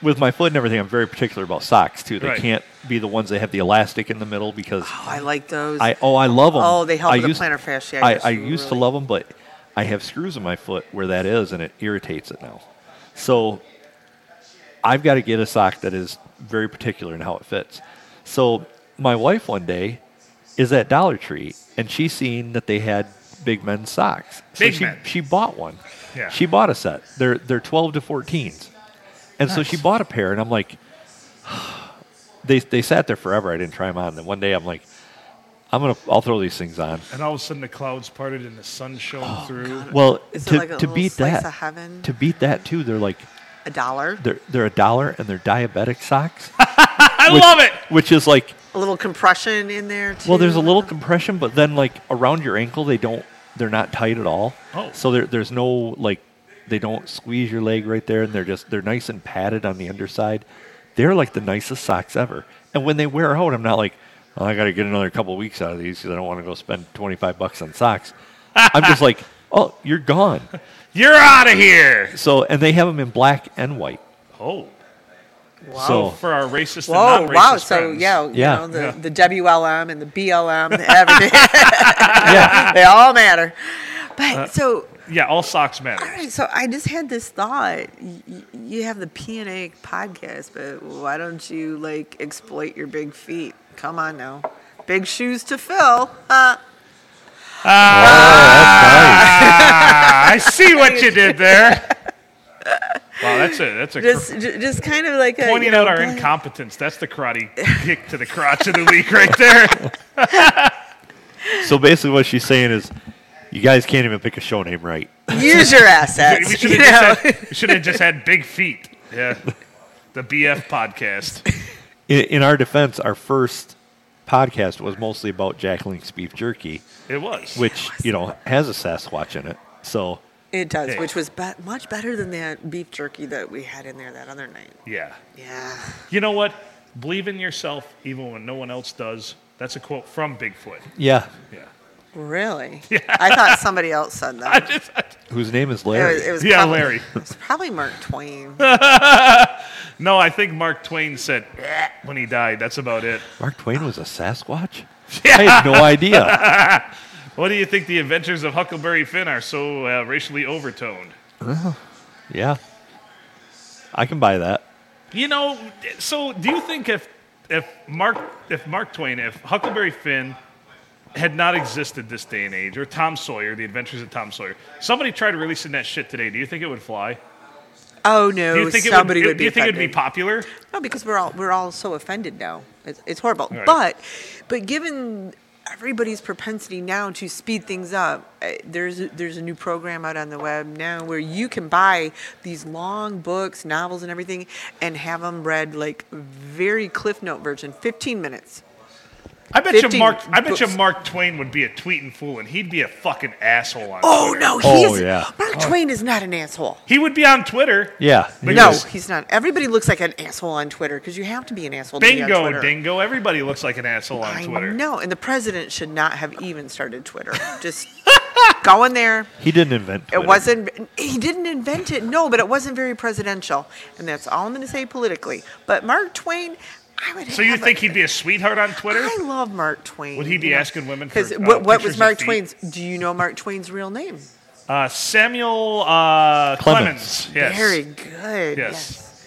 [SPEAKER 2] with my foot and everything, I'm very particular about socks too. They
[SPEAKER 1] Right.
[SPEAKER 2] can't be the ones that have the elastic in the middle because
[SPEAKER 3] Oh, I like those.
[SPEAKER 2] I oh I love them.
[SPEAKER 3] Oh, they help
[SPEAKER 2] I
[SPEAKER 3] with the
[SPEAKER 2] used-
[SPEAKER 3] plantar fasciitis.
[SPEAKER 2] I, I
[SPEAKER 3] You
[SPEAKER 2] used to
[SPEAKER 3] really-
[SPEAKER 2] love them, but I have screws in my foot where that is, and it irritates it now. So I've got to get a sock that is very particular in how it fits. So my wife one day is at Dollar Tree, and she seen that they had big men's socks. So
[SPEAKER 1] Big
[SPEAKER 2] she,
[SPEAKER 1] men.
[SPEAKER 2] she bought one.
[SPEAKER 1] Yeah.
[SPEAKER 2] She bought a set. They're they're twelve to fourteens, and so she bought a pair, and I'm like. They, they sat there forever. I didn't try them on. Then one day I'm like, I'm gonna I'll throw these things on.
[SPEAKER 1] And all of a sudden the clouds parted and the sun shone through.
[SPEAKER 2] Well,
[SPEAKER 3] Is it
[SPEAKER 2] to,
[SPEAKER 3] like a
[SPEAKER 2] to
[SPEAKER 3] little
[SPEAKER 2] beat
[SPEAKER 3] slice
[SPEAKER 2] that,
[SPEAKER 3] of heaven?
[SPEAKER 2] to beat that too, they're like
[SPEAKER 3] a dollar,
[SPEAKER 2] they're they're a dollar and they're diabetic socks,
[SPEAKER 1] I love it.
[SPEAKER 2] which is like
[SPEAKER 3] a little compression in there too.
[SPEAKER 2] well, there's a little compression, but then like around your ankle, they don't they're not tight at all.
[SPEAKER 1] Oh.
[SPEAKER 2] so there, there's no like they don't squeeze your leg right there, and they're just they're nice and padded on the underside. They're like the nicest socks ever. And when they wear out, I'm not like "Oh, I got to get another couple weeks out of these because I don't want to go spend 25 bucks on socks. I'm just like, oh, you're gone.
[SPEAKER 1] You're out of here.
[SPEAKER 2] So and they have them in black and white.
[SPEAKER 1] Oh.
[SPEAKER 3] Wow.
[SPEAKER 2] So-
[SPEAKER 1] For our racist
[SPEAKER 3] Whoa!
[SPEAKER 1] and non-racist
[SPEAKER 3] Wow! So
[SPEAKER 1] friends.
[SPEAKER 3] yeah, you
[SPEAKER 2] Yeah.
[SPEAKER 3] know, the,
[SPEAKER 1] Yeah.
[SPEAKER 3] the WLM and the BLM, and everything.
[SPEAKER 2] yeah.
[SPEAKER 3] they all matter. But
[SPEAKER 1] Uh,
[SPEAKER 3] so
[SPEAKER 1] Yeah, all socks
[SPEAKER 3] All
[SPEAKER 1] matter.
[SPEAKER 3] right, so I just had this thought. Y- y- You have the PNA podcast, but why don't you like exploit your big feet? Come on now, big shoes to fill. Huh?
[SPEAKER 1] Ah, I see what you did there. Wow, that's a that's a
[SPEAKER 3] Just,
[SPEAKER 1] cr-
[SPEAKER 3] ju- just kind of like a,
[SPEAKER 1] pointing
[SPEAKER 3] you know,
[SPEAKER 1] out our
[SPEAKER 3] blank-
[SPEAKER 1] incompetence. That's the karate kick to the crotch of the week right there.
[SPEAKER 2] So basically, what she's saying is, you guys can't even pick a show name right.
[SPEAKER 3] Use your
[SPEAKER 1] We
[SPEAKER 3] assets.
[SPEAKER 1] should have
[SPEAKER 3] you
[SPEAKER 1] just,
[SPEAKER 3] know?
[SPEAKER 1] had- we should have just had big feet. Yeah. The BF podcast.
[SPEAKER 2] In, in our defense, our first podcast was mostly about Jack Link's beef jerky,
[SPEAKER 1] It was.
[SPEAKER 2] which you know has a Sasquatch in it. So
[SPEAKER 3] It does,
[SPEAKER 1] Yeah.
[SPEAKER 3] which was be- much better than that beef jerky that we had in there that other night.
[SPEAKER 1] Yeah.
[SPEAKER 3] Yeah,
[SPEAKER 1] You know what? Believe in yourself even when no one else does. That's a quote from Bigfoot.
[SPEAKER 2] yeah,
[SPEAKER 1] Yeah.
[SPEAKER 3] really. I thought somebody else said
[SPEAKER 1] I
[SPEAKER 3] that.
[SPEAKER 1] just, I-
[SPEAKER 2] whose name is
[SPEAKER 3] It was,
[SPEAKER 2] Larry.
[SPEAKER 3] it was
[SPEAKER 1] yeah,
[SPEAKER 3] probably,
[SPEAKER 1] Larry.
[SPEAKER 3] It was probably Mark Twain.
[SPEAKER 1] No, I think Mark Twain said "Eh," when he died. That's about it.
[SPEAKER 2] Mark Twain was a Sasquatch. I had no idea.
[SPEAKER 1] What do you think the adventures of Huckleberry Finn are so uh, racially overtoned?
[SPEAKER 2] Yeah, I can buy that.
[SPEAKER 1] You know, so do you think if if Mark if Mark Twain, if Huckleberry Finn had not existed this day and age, or Tom Sawyer, The Adventures of Tom Sawyer, somebody tried releasing that shit today, do you think it would fly?
[SPEAKER 3] Oh no,
[SPEAKER 1] Do you think
[SPEAKER 3] somebody
[SPEAKER 1] it would,
[SPEAKER 3] would,
[SPEAKER 1] do
[SPEAKER 3] be
[SPEAKER 1] you think it would be
[SPEAKER 3] offended.
[SPEAKER 1] popular?
[SPEAKER 3] No, because we're all we're all so offended now. It's, it's horrible.
[SPEAKER 1] Right.
[SPEAKER 3] But but given everybody's propensity now to speed things up, eh, there's a, there's a new program out on the web now where you can buy these long books, novels, and everything, and have them read like very cliff note version, 15 minutes.
[SPEAKER 1] I bet you
[SPEAKER 3] 15
[SPEAKER 1] Mark I bet you
[SPEAKER 3] books.
[SPEAKER 1] Mark Twain would be a tweeting fool and he'd be a fucking asshole on
[SPEAKER 3] Oh
[SPEAKER 1] Twitter.
[SPEAKER 3] no, he
[SPEAKER 2] Oh,
[SPEAKER 3] is.
[SPEAKER 2] yeah.
[SPEAKER 3] Mark Twain is not an asshole.
[SPEAKER 1] He would be on Twitter.
[SPEAKER 2] Yeah,
[SPEAKER 3] No,
[SPEAKER 1] Yes.
[SPEAKER 3] he's not. Everybody looks like an asshole on Twitter because you have to be an asshole. to be on
[SPEAKER 1] Bingo,
[SPEAKER 3] Twitter.
[SPEAKER 1] dingo. Everybody looks like an asshole on
[SPEAKER 3] I
[SPEAKER 1] Twitter.
[SPEAKER 3] know, and the president should not have even started Twitter. Just going there.
[SPEAKER 2] He didn't invent Twitter.
[SPEAKER 3] It wasn't. He didn't invent it, no, but it wasn't very presidential, and that's all I'm going to say politically. But Mark Twain, I would.
[SPEAKER 1] So you
[SPEAKER 3] have a-
[SPEAKER 1] think he'd be a sweetheart on Twitter?
[SPEAKER 3] I love Mark Twain.
[SPEAKER 1] Would he be
[SPEAKER 3] you know,
[SPEAKER 1] asking women for,
[SPEAKER 3] 'cause
[SPEAKER 1] uh,
[SPEAKER 3] what, what
[SPEAKER 1] pictures
[SPEAKER 3] was
[SPEAKER 1] of
[SPEAKER 3] Mark
[SPEAKER 1] feet?
[SPEAKER 3] Twain's? Do you know Mark Twain's real name?
[SPEAKER 1] Uh, Samuel uh, Clemens.
[SPEAKER 2] Clemens.
[SPEAKER 1] Yes.
[SPEAKER 3] Very good.
[SPEAKER 1] Yes.
[SPEAKER 3] Yes.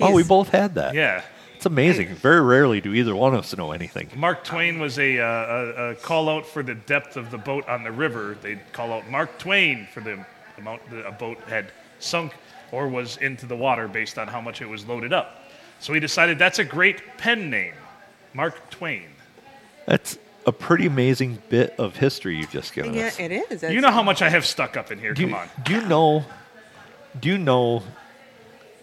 [SPEAKER 2] Oh, we
[SPEAKER 3] He's-
[SPEAKER 2] both had that.
[SPEAKER 1] Yeah.
[SPEAKER 2] It's amazing. Very rarely do either one of us know anything.
[SPEAKER 1] Mark Twain was a, uh, a, a call out for the depth of the boat on the river. They'd call out Mark Twain for the amount that a boat had sunk or was into the water based on how much it was loaded up. So he decided that's a great pen name, Mark Twain.
[SPEAKER 2] That's a pretty amazing bit of history you've just given
[SPEAKER 3] Yeah,
[SPEAKER 2] us.
[SPEAKER 3] it is.
[SPEAKER 1] You know how much I have stuck up in here.
[SPEAKER 2] do you,
[SPEAKER 1] Come on.
[SPEAKER 2] do you know? Do you know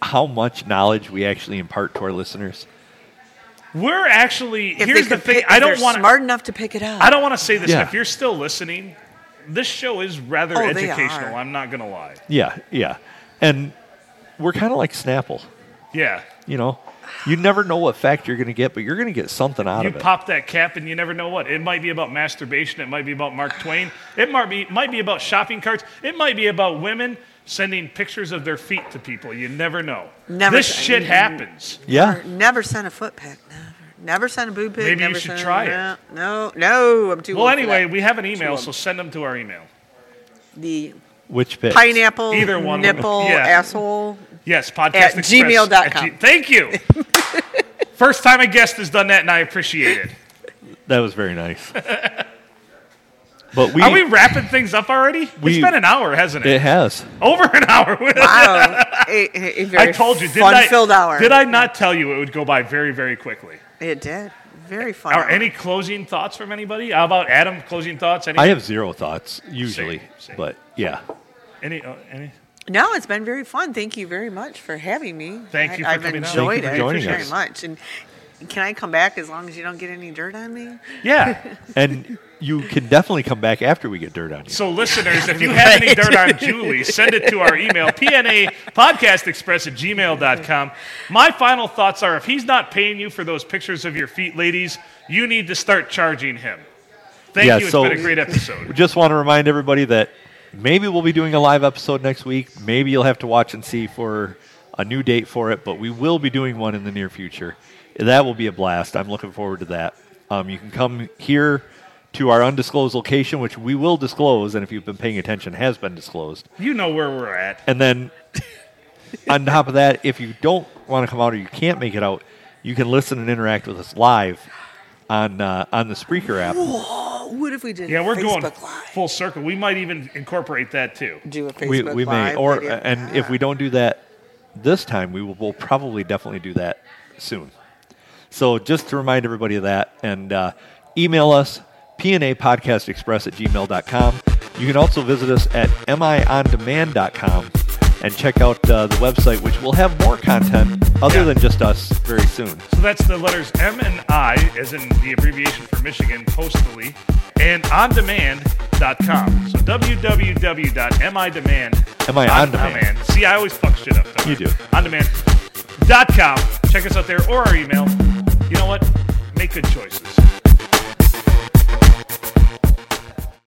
[SPEAKER 2] how much knowledge we actually impart to our listeners?
[SPEAKER 1] We're actually
[SPEAKER 3] If
[SPEAKER 1] here's
[SPEAKER 3] they
[SPEAKER 1] the
[SPEAKER 3] could
[SPEAKER 1] thing.
[SPEAKER 3] pick-
[SPEAKER 1] I
[SPEAKER 3] if
[SPEAKER 1] don't
[SPEAKER 3] they're
[SPEAKER 1] want
[SPEAKER 3] smart enough to pick it up.
[SPEAKER 1] I don't want to say this.
[SPEAKER 2] Yeah.
[SPEAKER 1] and If you're still listening, this show is rather
[SPEAKER 3] Oh, they
[SPEAKER 1] educational.
[SPEAKER 3] are.
[SPEAKER 1] I'm not gonna lie.
[SPEAKER 2] Yeah, yeah. And we're kind of like Snapple.
[SPEAKER 1] Yeah.
[SPEAKER 2] You know, you never know what fact you're going to get, but you're going to get something out
[SPEAKER 1] You
[SPEAKER 2] of it.
[SPEAKER 1] pop that cap, and you never know what. It might be about masturbation. It might be about Mark Twain. It might be might be about shopping carts. It might be about women sending pictures of their feet to people. You never know.
[SPEAKER 3] Never
[SPEAKER 1] this
[SPEAKER 3] say-
[SPEAKER 1] shit happens.
[SPEAKER 2] yeah,
[SPEAKER 3] Never sent a foot pic. Never. Never sent a boob pic.
[SPEAKER 1] Maybe you
[SPEAKER 3] never
[SPEAKER 1] should
[SPEAKER 3] sent a-
[SPEAKER 1] try it.
[SPEAKER 3] no, No, no, I'm too
[SPEAKER 1] Well,
[SPEAKER 3] old for
[SPEAKER 1] anyway,
[SPEAKER 3] that.
[SPEAKER 1] we have an email,
[SPEAKER 3] Two
[SPEAKER 1] so send them to our email.
[SPEAKER 3] the
[SPEAKER 2] which bit?
[SPEAKER 3] pineapple
[SPEAKER 1] Either one would-
[SPEAKER 3] nipple
[SPEAKER 1] yeah.
[SPEAKER 3] asshole.
[SPEAKER 1] Yes, podcast
[SPEAKER 3] At
[SPEAKER 1] Express
[SPEAKER 3] gmail.com.
[SPEAKER 1] at Thank you. First time a guest has done that, and I appreciate it.
[SPEAKER 2] That was very nice. but we,
[SPEAKER 1] Are we wrapping things up already?
[SPEAKER 2] We-
[SPEAKER 1] it's been an hour, hasn't
[SPEAKER 2] it
[SPEAKER 1] it?
[SPEAKER 2] has.
[SPEAKER 1] Over an hour.
[SPEAKER 3] Wow, a, a- a very
[SPEAKER 1] I told you. Did I
[SPEAKER 3] fun-filled hour.
[SPEAKER 1] Did I not tell you it would go by very, very quickly?
[SPEAKER 3] It did. Very fun.
[SPEAKER 1] Are
[SPEAKER 3] hour.
[SPEAKER 1] any closing thoughts from anybody? How about Adam? Closing thoughts? Any?
[SPEAKER 2] I have zero thoughts usually,
[SPEAKER 1] same.
[SPEAKER 2] but yeah,
[SPEAKER 1] any, uh, any?
[SPEAKER 3] No, it's been very fun. Thank you very much for having me.
[SPEAKER 1] Thank
[SPEAKER 3] I-
[SPEAKER 1] you for
[SPEAKER 3] I've
[SPEAKER 1] coming on.
[SPEAKER 3] enjoyed
[SPEAKER 2] Thank you for
[SPEAKER 3] it
[SPEAKER 2] joining
[SPEAKER 3] very
[SPEAKER 2] us.
[SPEAKER 3] much. And can I come back as long as you don't get any dirt on me?
[SPEAKER 1] Yeah.
[SPEAKER 2] and you can definitely come back after we get dirt on you.
[SPEAKER 1] So, listeners, if you have any dirt on Julie, send it to our email, PNA Podcast Express at gmail.com. My final thoughts are if he's not paying you for those pictures of your feet, ladies, you need to start charging him. Thank
[SPEAKER 2] Yeah,
[SPEAKER 1] you. It's
[SPEAKER 2] so-
[SPEAKER 1] been a great episode.
[SPEAKER 2] Just want to remind everybody that maybe we'll be doing a live episode next week. Maybe you'll have to watch and see for a new date for it, but we will be doing one in the near future. That will be a blast. I'm looking forward to that. Um, you can come here to our undisclosed location, which we will disclose, and if you've been paying attention, has been disclosed.
[SPEAKER 1] You know where we're at.
[SPEAKER 2] And then on top of that, if you don't want to come out or you can't make it out, you can listen and interact with us live on uh, on the Spreaker app.
[SPEAKER 3] Oh, what if we did?
[SPEAKER 1] Yeah,
[SPEAKER 3] a
[SPEAKER 1] we're going
[SPEAKER 3] Facebook Live?
[SPEAKER 1] full circle. We might even incorporate that too.
[SPEAKER 3] Do a Facebook
[SPEAKER 2] We, we may,
[SPEAKER 3] Live
[SPEAKER 2] or
[SPEAKER 3] video.
[SPEAKER 2] and if we don't do that this time, we will we'll probably definitely do that soon. So just to remind everybody of that, and uh, email us pna podcast express at gmail.com. You can also visit us at miondemand.com and check out uh, the website, which will have more content other
[SPEAKER 1] Yeah.
[SPEAKER 2] than just us very soon.
[SPEAKER 1] So that's the letters M and I, as in the abbreviation for Michigan postally, and ondemand.com. So www.midemand.
[SPEAKER 2] Am I on demand?
[SPEAKER 1] Oh, See, I always fuck shit up. don't I?
[SPEAKER 2] You do.
[SPEAKER 1] Ondemand.com. Check us out there or our email. You know what? Make good choices.